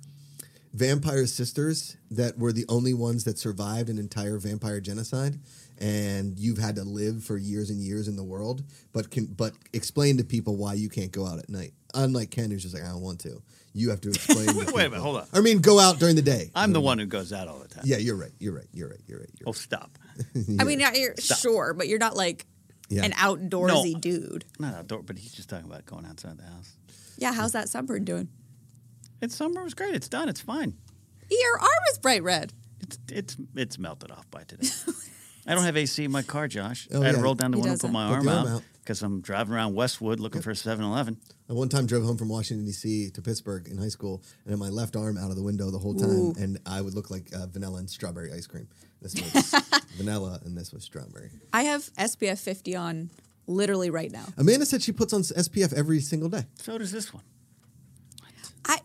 S1: vampire sisters that were the only ones that survived an entire vampire genocide, and you've had to live for years and years in the world, but can but explain to people why you can't go out at night. Unlike Ken, who's just like I don't want to. You have to explain. to
S3: Wait a minute,
S1: people.
S3: hold on.
S1: I mean, go out during the day.
S3: I'm the one who goes out all the time.
S1: Yeah, you're right. You're right. You're right. You're right. You're
S3: Oh,
S1: right.
S3: stop.
S2: I mean, yeah, you're sure, but you're not like
S1: Yeah.
S2: an outdoorsy dude.
S3: Not outdoor, but he's just talking about going outside the house.
S2: Yeah, how's that sunburn doing?
S3: It's summer. It's great. It's done. It's fine.
S2: Your arm is bright red.
S3: It's it's it's melted off by today. I don't have AC in my car, Josh.
S1: Oh,
S3: I had
S1: yeah.
S3: to roll down the
S2: He
S3: window, and
S2: does
S3: put
S2: that.
S3: my
S1: Put
S3: arm
S1: the arm
S3: out
S1: out.
S3: because I'm driving around Westwood looking for a 7-Eleven.
S1: I one time drove home from Washington D.C. to Pittsburgh in high school, and had my left arm out of the window the whole time,
S2: Ooh.
S1: and I would look like uh, vanilla and strawberry ice cream. This was vanilla, and this was strawberry.
S2: I have SPF 50 on literally right now.
S1: Amanda said she puts on SPF every single day.
S3: So does this one.
S2: I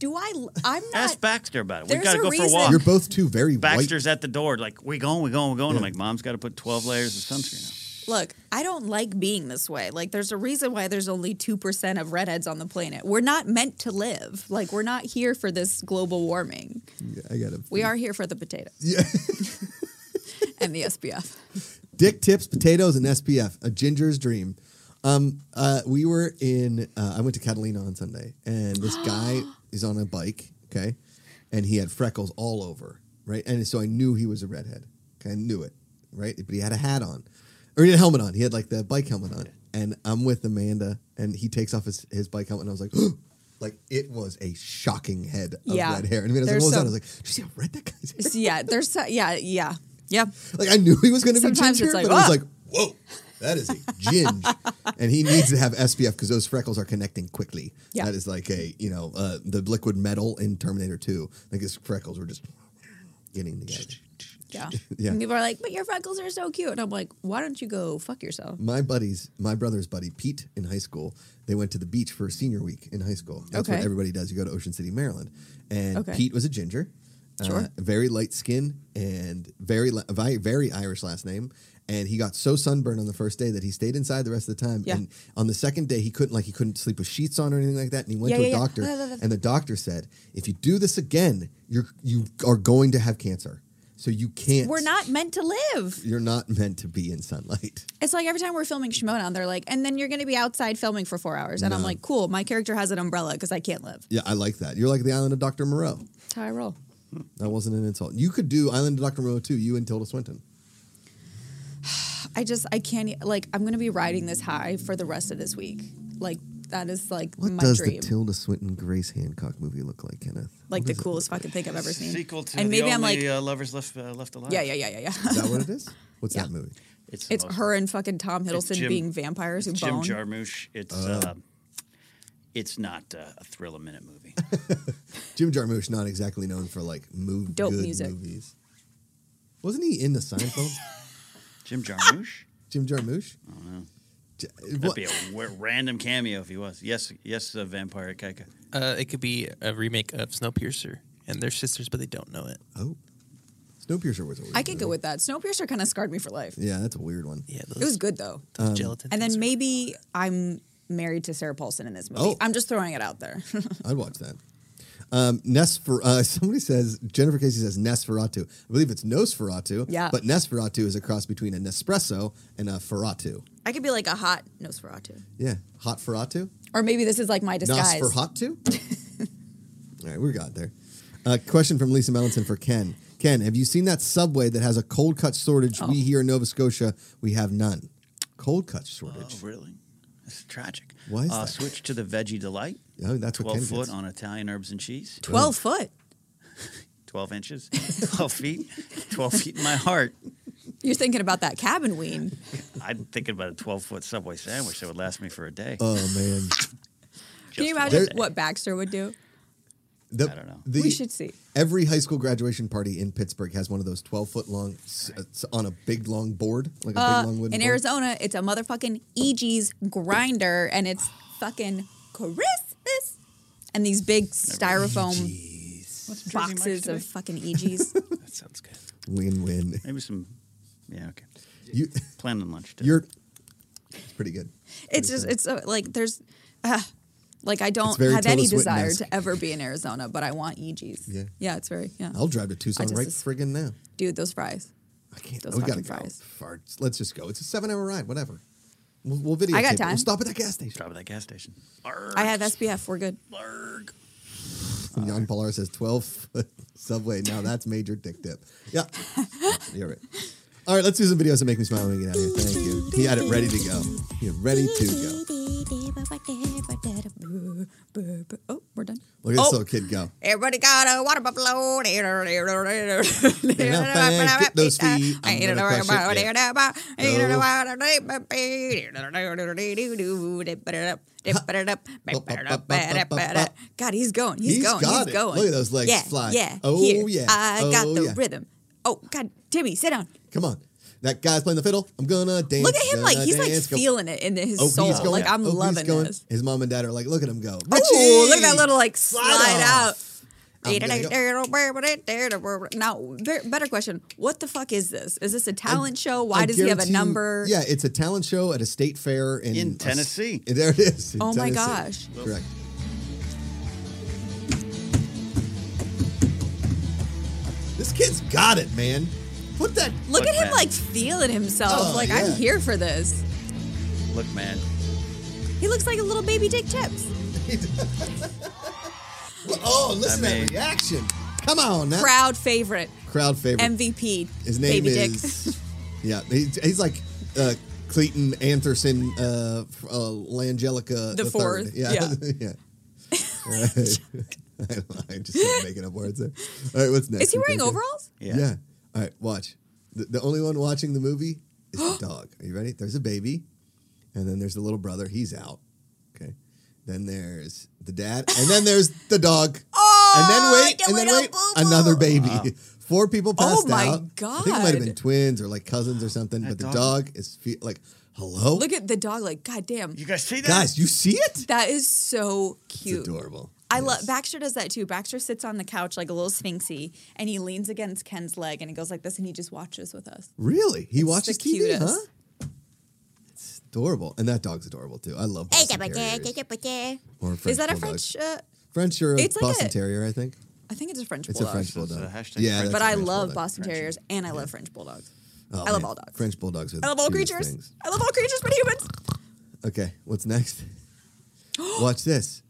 S2: do I I'm
S3: Ask
S2: not
S3: Baxter about it.
S2: There's
S3: We've got to
S2: a
S3: go for a
S2: reason-
S3: walk.
S1: You're both two very
S3: Baxter's at the door, like, we going, we going, we going. I'm like, Mom's got to put 12 layers of sunscreen on.
S2: look, I don't like being this way. Like there's a reason why there's only 2% of redheads on the planet. We're not meant to live. Like we're not here for this global warming.
S1: white. I got it.
S2: We are here for the potatoes.
S1: Yeah.
S2: and the SPF.
S1: Dick tips, potatoes, and SPF. A ginger's dream. Um, uh, we were in. Uh, I went to Catalina on Sunday, and this guy is on a bike. Okay, and he had freckles all over. Right, and so I knew he was a redhead. Okay, I knew it. Right, but he had a hat on, or he had a helmet on. He had like the bike helmet on, and I'm with Amanda, and he takes off his, his bike helmet, and I was like. Like it was a shocking head of
S2: Yeah.
S1: red hair, and Amanda's like,
S2: There's
S1: "What was that?" I
S2: some-
S1: was like, "Did you see how red that guy's hair?"
S2: So, yeah, there's so- yeah, yeah. Yeah.
S1: Like I knew he was going to be
S2: Sometimes
S1: ginger,
S2: it's like,
S1: but I was
S2: "Whoa."
S1: like, whoa, that is a ginge, and he needs to have SPF because those freckles are connecting quickly.
S2: Yeah.
S1: That is like a you know uh, the liquid metal in Terminator Two. Like his freckles were just getting together.
S2: Yeah.
S1: Yeah.
S2: And people are like, "But your freckles are so cute." And I'm like, "Why don't you go fuck yourself?"
S1: My buddies, my brother's buddy Pete in high school, they went to the beach for senior week in high school. That's what
S2: Okay.
S1: everybody does. You go to Ocean City, Maryland, and
S2: Okay.
S1: Pete was a ginger, uh,
S2: Sure.
S1: very light skin and very li- vi- very Irish last name. And he got so sunburned on the first day that he stayed inside the rest of the time.
S2: Yeah.
S1: And on the second day, he couldn't like he couldn't sleep with sheets on or anything like that. And he went
S2: Yeah,
S1: to a
S2: yeah, yeah.
S1: doctor, and the doctor said, "If you do this again, you're you are going to have cancer. So you can't.
S2: We're not meant to live.
S1: You're not meant to be in sunlight."
S2: It's like every time we're filming Shimona, they're like, and then you're going to be outside filming for four hours. And I'm like, cool, my character has an umbrella because I can't live.
S1: Yeah, I like that. You're like the island of Dr. Moreau.
S2: That's how I roll.
S1: That wasn't an insult. You could do Island of Dr. Moreau too, you and Tilda Swinton.
S2: I just, I can't, e- like, I'm going to be riding this high for the rest of this week. Like, that is like my dream.
S1: Tilda Swinton Grace Hancock movie look like, Kenneth?
S2: like, the coolest fucking thing I've ever seen.
S3: Sequel to
S2: and
S3: the
S2: maybe
S3: only
S2: I'm like,
S3: uh, Lovers Left, uh, left Alive.
S2: yeah, yeah, yeah, yeah, yeah.
S1: Is that what it is? What's
S2: Yeah.
S1: that movie?
S3: It's, the
S2: It's
S3: most-
S2: her and fucking Tom Hiddleston
S3: Jim-
S2: being vampires who
S3: It's Jim
S2: bone.
S3: Jarmusch. It's, uh, it's not uh, a thrill-a-minute movie.
S1: Jim Jarmusch, not exactly known for like move
S2: Dope
S1: good
S2: music.
S1: movies. Wasn't he in the Seinfeld?
S3: Jim Jarmusch?
S1: Jim Jarmusch? J-
S3: That'd
S1: what-
S3: be a w- random cameo if he was. Yes, yes, uh, Vampire Kaika.
S5: Uh, it could be a remake of Snowpiercer, and they're sisters, but they don't know it.
S1: oh, Snowpiercer was. a weird
S2: I could go
S1: movie.
S2: with that. Snowpiercer kind of scarred me for life.
S1: Yeah, that's a weird one.
S5: Yeah, those,
S2: It was good though.
S5: those gelatin.
S2: And
S5: things
S2: then
S5: are-
S2: maybe I'm married to Sarah Paulson in this movie.
S1: Oh.
S2: I'm just throwing it out there.
S1: I'd watch that. Um, Nesfer, uh, somebody says Jennifer Casey says Nesferatu. I believe it's Nosferatu.
S2: Yeah.
S1: But Nesferatu is a cross between a Nespresso and a Ferratu.
S2: I could be like a hot Nosferatu.
S1: Yeah, hot Ferratu.
S2: Or maybe this is like my disguise.
S1: Nosferatu. All right, we got there. Uh, question from Lisa Melanson for Ken. Ken, have you seen that subway that has a cold cut shortage?
S2: Oh.
S1: We here in Nova Scotia, we have none. Cold cut
S3: Oh,
S1: shortage.
S3: really? That's tragic.
S1: Why is
S3: uh,
S1: that?
S3: Switch to the Veggie Delight.
S1: Oh, that's what Ken
S3: 12 foot
S1: gets.
S3: on Italian herbs and cheese.
S2: 12 foot.
S3: 12 inches. 12 feet. 12 feet in my heart.
S2: You're thinking about that cabin wean.
S3: I'm thinking about a 12 foot Subway sandwich that would last me for a day.
S1: Oh man,
S2: Can
S3: Just
S2: you
S3: one
S2: imagine
S3: day.
S2: what Baxter would do?
S1: The-
S3: I don't know.
S1: the-
S2: we should see.
S1: Every high school graduation party in Pittsburgh has one of those 12 foot long s- uh, s- on a big long board, like a
S2: Uh,
S1: big long wooden
S2: in
S1: board.
S2: Arizona, it's a motherfucking EG's grinder and it's fucking Christmas. And these big
S1: E
S2: styrofoam
S3: What's Jersey Mike's
S2: boxes
S3: today?
S2: of fucking E EG's.
S5: That sounds good.
S1: Win win.
S3: Maybe some. Yeah, okay.
S1: You,
S3: Plan on lunch. today.
S1: you're it's pretty good.
S2: it's just it's uh, like there's uh, like I don't
S1: very
S2: have any
S1: Tilda
S2: desire
S1: Swinton-esque.
S2: to ever be in Arizona, but I want EG's.
S1: Yeah.
S2: yeah, it's very yeah.
S1: I'll drive to Tucson
S2: just
S1: right
S2: as-
S1: friggin' now.
S2: Dude, those fries.
S1: I can't.
S2: Those
S1: we gotta
S2: fucking
S1: go.
S2: fries.
S1: Farts. Let's just go. It's a seven hour ride. Whatever. We'll, we'll video.
S2: I got
S1: We'll
S2: time.
S1: stop at that gas station.
S3: Stop at that gas station. Arg,
S2: I have SPF. We're good.
S3: arg.
S1: And Jan Pilar says 12 foot subway. Now that's major dick dip. Yeah. You're right. All right, let's do some videos that make me smile when we get out of here. Thank you. He had it ready to go. He had ready to go.
S2: Oh, we're done.
S1: Look at this
S2: Oh.
S1: little kid go.
S2: Everybody got a water buffalo.
S1: Get those feet. I'm gonna crush it. Yeah.
S2: God, he's going. He's,
S1: He's
S2: going.
S1: got
S2: he's
S1: it.
S2: going.
S1: Look at those legs
S2: yeah,
S1: fly.
S2: Yeah.
S1: Oh,
S2: here.
S1: yeah.
S2: I got
S1: Oh,
S2: the
S1: yeah.
S2: rhythm. Oh God, Timmy, sit down.
S1: Come on. That guy's playing the fiddle. I'm gonna dance.
S2: Look at him like
S1: gonna
S2: he's like
S1: dance. Go-
S2: feeling it in his
S1: Oh,
S2: soul.
S1: he's going.
S2: Like I'm
S1: Oh, he's
S2: loving
S1: going.
S2: this.
S1: His mom and dad are like, look at him
S2: Ooh,
S1: go.
S2: look at that
S1: Richie!
S2: little like
S1: Slide
S2: slide,
S1: off.
S2: out.
S1: I'm gonna
S2: Now, be- better question. What the fuck is this? Is this a talent show? Why
S1: I
S2: does he have a
S1: guarantee-
S2: number?
S1: Yeah, it's a talent show at a state fair in
S3: In Tennessee.
S1: there it is. in
S2: Oh my
S1: Tennessee.
S2: gosh.
S1: Correct. This kid's got it, man. Put that.
S2: Look
S3: Look,
S2: at him
S3: man.
S2: like feeling himself.
S1: Oh,
S2: like
S1: yeah.
S2: I'm here for this.
S3: Look, man.
S2: He looks like a little baby Dick Chips.
S1: Oh, listen
S3: I
S1: to
S3: mean-
S1: that reaction. Come on, now.
S2: Proud favorite,
S1: Crowd favorite.
S2: MVP.
S1: His name
S2: baby Dick.
S1: is. Yeah, he's, he's like uh, Clayton Anderson uh, f- uh, Langelica
S2: The
S1: third.
S2: fourth,
S1: Yeah,
S2: yeah.
S1: yeah. I, don't know, I just started making up words there. All right, what's next?
S2: Is he
S1: You
S2: wearing
S1: thinking?
S2: overalls?
S1: Yeah. All right, watch. The, the only one watching the movie is the dog. Are you ready? There's a baby, and then there's the little brother. He's out. Okay. Then there's the dad, and then there's the dog. and then
S2: Oh,
S1: wait,
S2: the
S1: and then
S2: little
S1: wait,
S2: boo-boo. Oh
S1: another baby. Four people passed
S2: my
S1: out. I think it might have been
S2: God.
S1: twins or like cousins or something.
S3: That
S1: but the
S3: dog-
S1: dog is fe- like, hello,
S2: Look at the dog. Like, God damn.
S3: You guys see that?
S1: guys, you see it?
S2: That is so cute.
S1: It's adorable.
S2: I
S1: Yes.
S2: love Baxter does that too. Baxter sits on the couch like a little sphinxy and he leans against Ken's leg and he goes like this and he just watches with us.
S1: Really, he watches
S2: the
S1: TV,
S2: cutest.
S1: huh? It's adorable, and that dog's adorable too. I love. Boston Terriers. Or French
S2: is that a
S1: Bulldogs.
S2: French? Uh,
S1: French or
S2: It's like
S1: Boston
S2: a-
S1: Terrier, I think.
S2: I think it's a French
S1: It's
S2: bulldog.
S1: a French
S3: So it's a
S1: bulldog.
S3: hashtag
S1: yeah, that's
S3: French
S2: but
S1: a
S2: I
S1: French
S2: love
S1: bulldog.
S2: Boston
S3: French.
S2: Terriers and I love French bulldogs.
S1: Oh,
S2: I love
S1: man.
S2: all dogs.
S1: French bulldogs are the
S2: I love all
S1: cutest
S2: creatures.
S1: things.
S2: I love all creatures but humans.
S1: Okay, what's next? Watch this.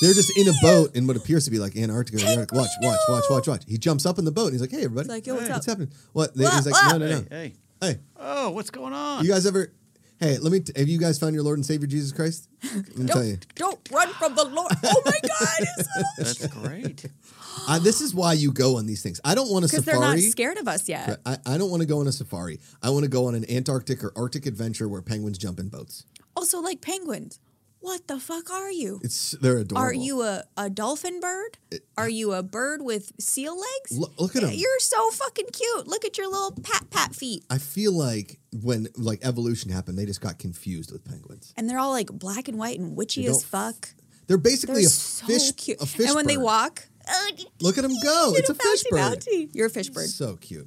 S1: They're just in a boat in what appears to be like Antarctica. or the Arctic. Watch, watch, watch, watch, watch. He jumps up in the boat and he's like, "Hey, everybody,
S2: It's like, yo, what's up?
S1: happening?" What? They,
S2: Whoa,
S1: he's like, "No,
S2: whoa.
S1: no, no.
S3: Hey, hey.
S1: Hey,
S3: Oh, what's going on?
S1: you guys ever? Hey, let me. T- have you guys found your Lord and Savior Jesus Christ? Let me tell you.
S2: Don't, don't run from the Lord. Oh my God. it's so-
S3: That's great.
S1: I, this is why you go on these things. I don't want a
S2: Because
S1: safari.
S2: they're not scared of us yet.
S1: I, I don't want to go on a safari. I want to go on an Antarctic or Arctic adventure where penguins jump in boats.
S2: Also, like penguins. what the fuck are you?
S1: It's they're adorable.
S2: Are you a, a dolphin bird? Are you a bird with seal legs?
S1: Lo- look at 'em.
S2: You're so fucking cute. Look at your little pat pat feet.
S1: I feel like when like evolution happened, they just got confused with penguins.
S2: And they're all like black and white and witchy
S1: They
S2: as
S1: don't-
S2: fuck.
S1: They're
S2: They're
S1: basically a
S2: so
S1: fish.
S2: cute.
S1: A fish
S2: and when they
S1: bird.
S2: walk, oh,
S1: look at them go! It's
S2: little
S1: a fish
S2: bouncy
S1: bird.
S2: bouncy. You're a fish bird.
S1: So cute.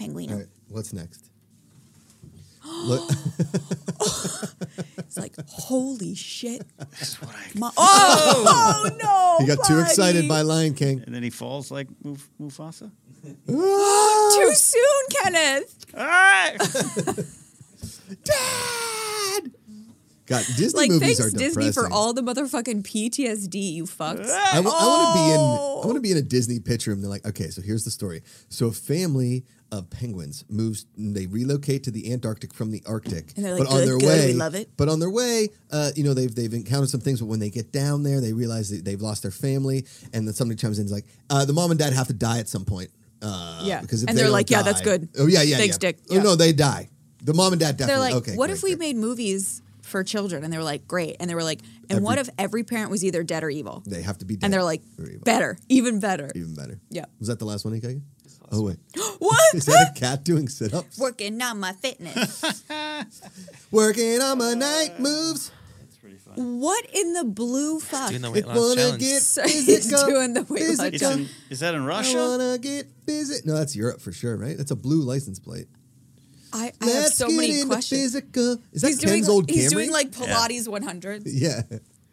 S1: All
S2: Penguino.
S1: right, what's next? Look,
S2: It's like, holy shit.
S3: That's what I.
S2: My- oh, no.
S1: you got too excited by
S2: buddy.
S1: Lion King.
S3: And then he falls like Muf- Mufasa.
S2: Too soon, Kenneth.
S3: Ah!
S1: Dad. God, Disney
S2: Like,
S1: movies
S2: thanks,
S1: are
S2: Disney,
S1: depressing.
S2: for all the motherfucking PTSD, you fucks.
S1: I, w- I want to be in. I
S2: Oh.
S1: want to be in a Disney picture, and they're like, okay, so here's the story. So a family of penguins moves. They relocate to the Antarctic from the Arctic,
S2: And they're like,
S1: on
S2: good,
S1: their
S2: good,
S1: way,
S2: we love it.
S1: But on their way, uh, you know, they've they've encountered some things. But when they get down there, they realize that they've lost their family, and then somebody chimes in, and is like, uh, the mom and dad have to die at some point. Uh,
S2: Yeah.
S1: because if
S2: And
S1: they
S2: they're
S1: don't
S2: like, yeah, that's
S1: die-
S2: good.
S1: Oh yeah, yeah,
S2: Thanks,
S1: yeah.
S2: Dick.
S1: Oh
S2: Yeah.
S1: no, they die. The mom and dad
S2: They're
S1: definitely.
S2: like,
S1: okay,
S2: what
S1: great,
S2: if we
S1: great.
S2: made movies for children? And they were like, great. And they were like, and what if every parent was either dead or evil?
S1: They have to be. Dead
S2: and they're like,
S1: or evil.
S2: better, even better.
S1: even better.
S2: Yeah.
S1: Was that the last one, Ikega? Oh wait.
S2: What?
S1: Is that a cat doing sit-ups?
S2: Working on my fitness.
S1: Working on my night moves.
S2: what in the blue fuck?
S5: Doing the
S1: It
S5: weight loss
S1: wanna
S5: challenge.
S1: get
S2: So he's
S1: physical.
S2: doing the weight loss
S3: It's
S1: physical.
S3: in, is that in
S1: I
S3: Russia?
S1: wanna get physical. No, that's Europe for sure, right? That's a blue license plate.
S2: I, I have so
S1: get
S2: many
S1: into
S2: questions.
S1: physical. Is that
S2: He's doing,
S1: Ken's old
S2: he's
S1: Camry?
S2: doing like Pilates 100.
S1: yeah.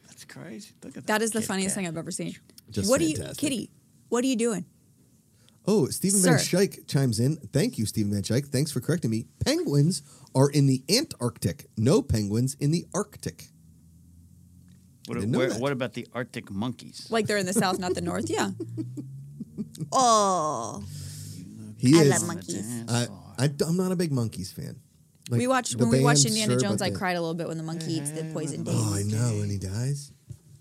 S3: That's crazy. Look at that.
S2: That is the
S3: kid
S2: funniest
S3: cat.
S2: thing I've ever seen.
S1: Just
S2: what do you,
S1: fantastic.
S2: Kitty? What are you doing?
S1: Oh, Stephen Van
S2: Sir.
S1: Schaik chimes in. Thank you, Stephen Van Schaik. Thanks for correcting me. Penguins are in the Antarctic. No penguins in the Arctic.
S3: What,
S1: didn't know
S3: where-
S1: that.
S3: what about the Arctic monkeys?
S2: Like they're in the south, not the north. Yeah. Oh,
S1: He
S2: I
S1: is.
S2: love monkeys.
S1: I, I, am not a big monkeys fan. Like,
S2: we watched
S1: the
S2: when we watched
S1: band,
S2: Indiana
S1: sure,
S2: Jones.
S1: but
S2: I
S1: the-
S2: cried a little bit when the monkey eats the poison dates.
S1: Oh, I know, and he dies.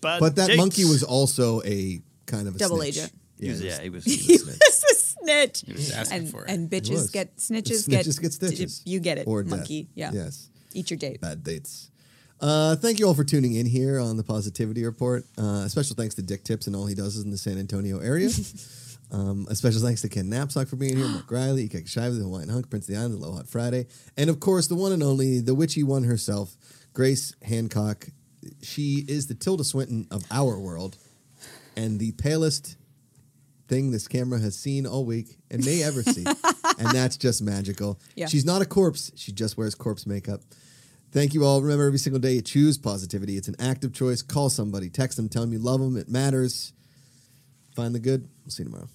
S3: But,
S1: But that
S3: dates.
S1: monkey was also a kind of a
S2: Double
S1: snitch.
S2: agent.
S3: He
S1: Yeah,
S3: was-
S1: yeah.
S3: yeah, he was.
S2: he was a snitch.
S5: was asking
S2: and,
S5: for it.
S2: and
S1: He was.
S2: bitches get snitches,
S1: Snitches get stitches.
S2: You get it,
S1: Or death.
S2: monkey. Yeah.
S1: Yes.
S2: Eat your date.
S1: Bad dates. Uh, thank you all for tuning in here on the Positivity Report. Uh, special thanks to Dick Tips and all he does is in the San Antonio area. um, a special thanks to Ken Knapsack for being here, Mark Riley, Ikeka Shiva, the Hawaiian Hunk, Prince of the Island, the Hot Friday, and of course the one and only, the witchy one herself, Grace Hancock. She is the Tilda Swinton of our world and the palest thing this camera has seen all week and may ever see. and that's just magical.
S2: Yeah.
S1: She's not a corpse. She just wears corpse makeup. Thank you all. Remember, every single day you choose positivity. It's an active choice. Call somebody, text them, tell them you love them. It matters. Find the good. We'll see you tomorrow.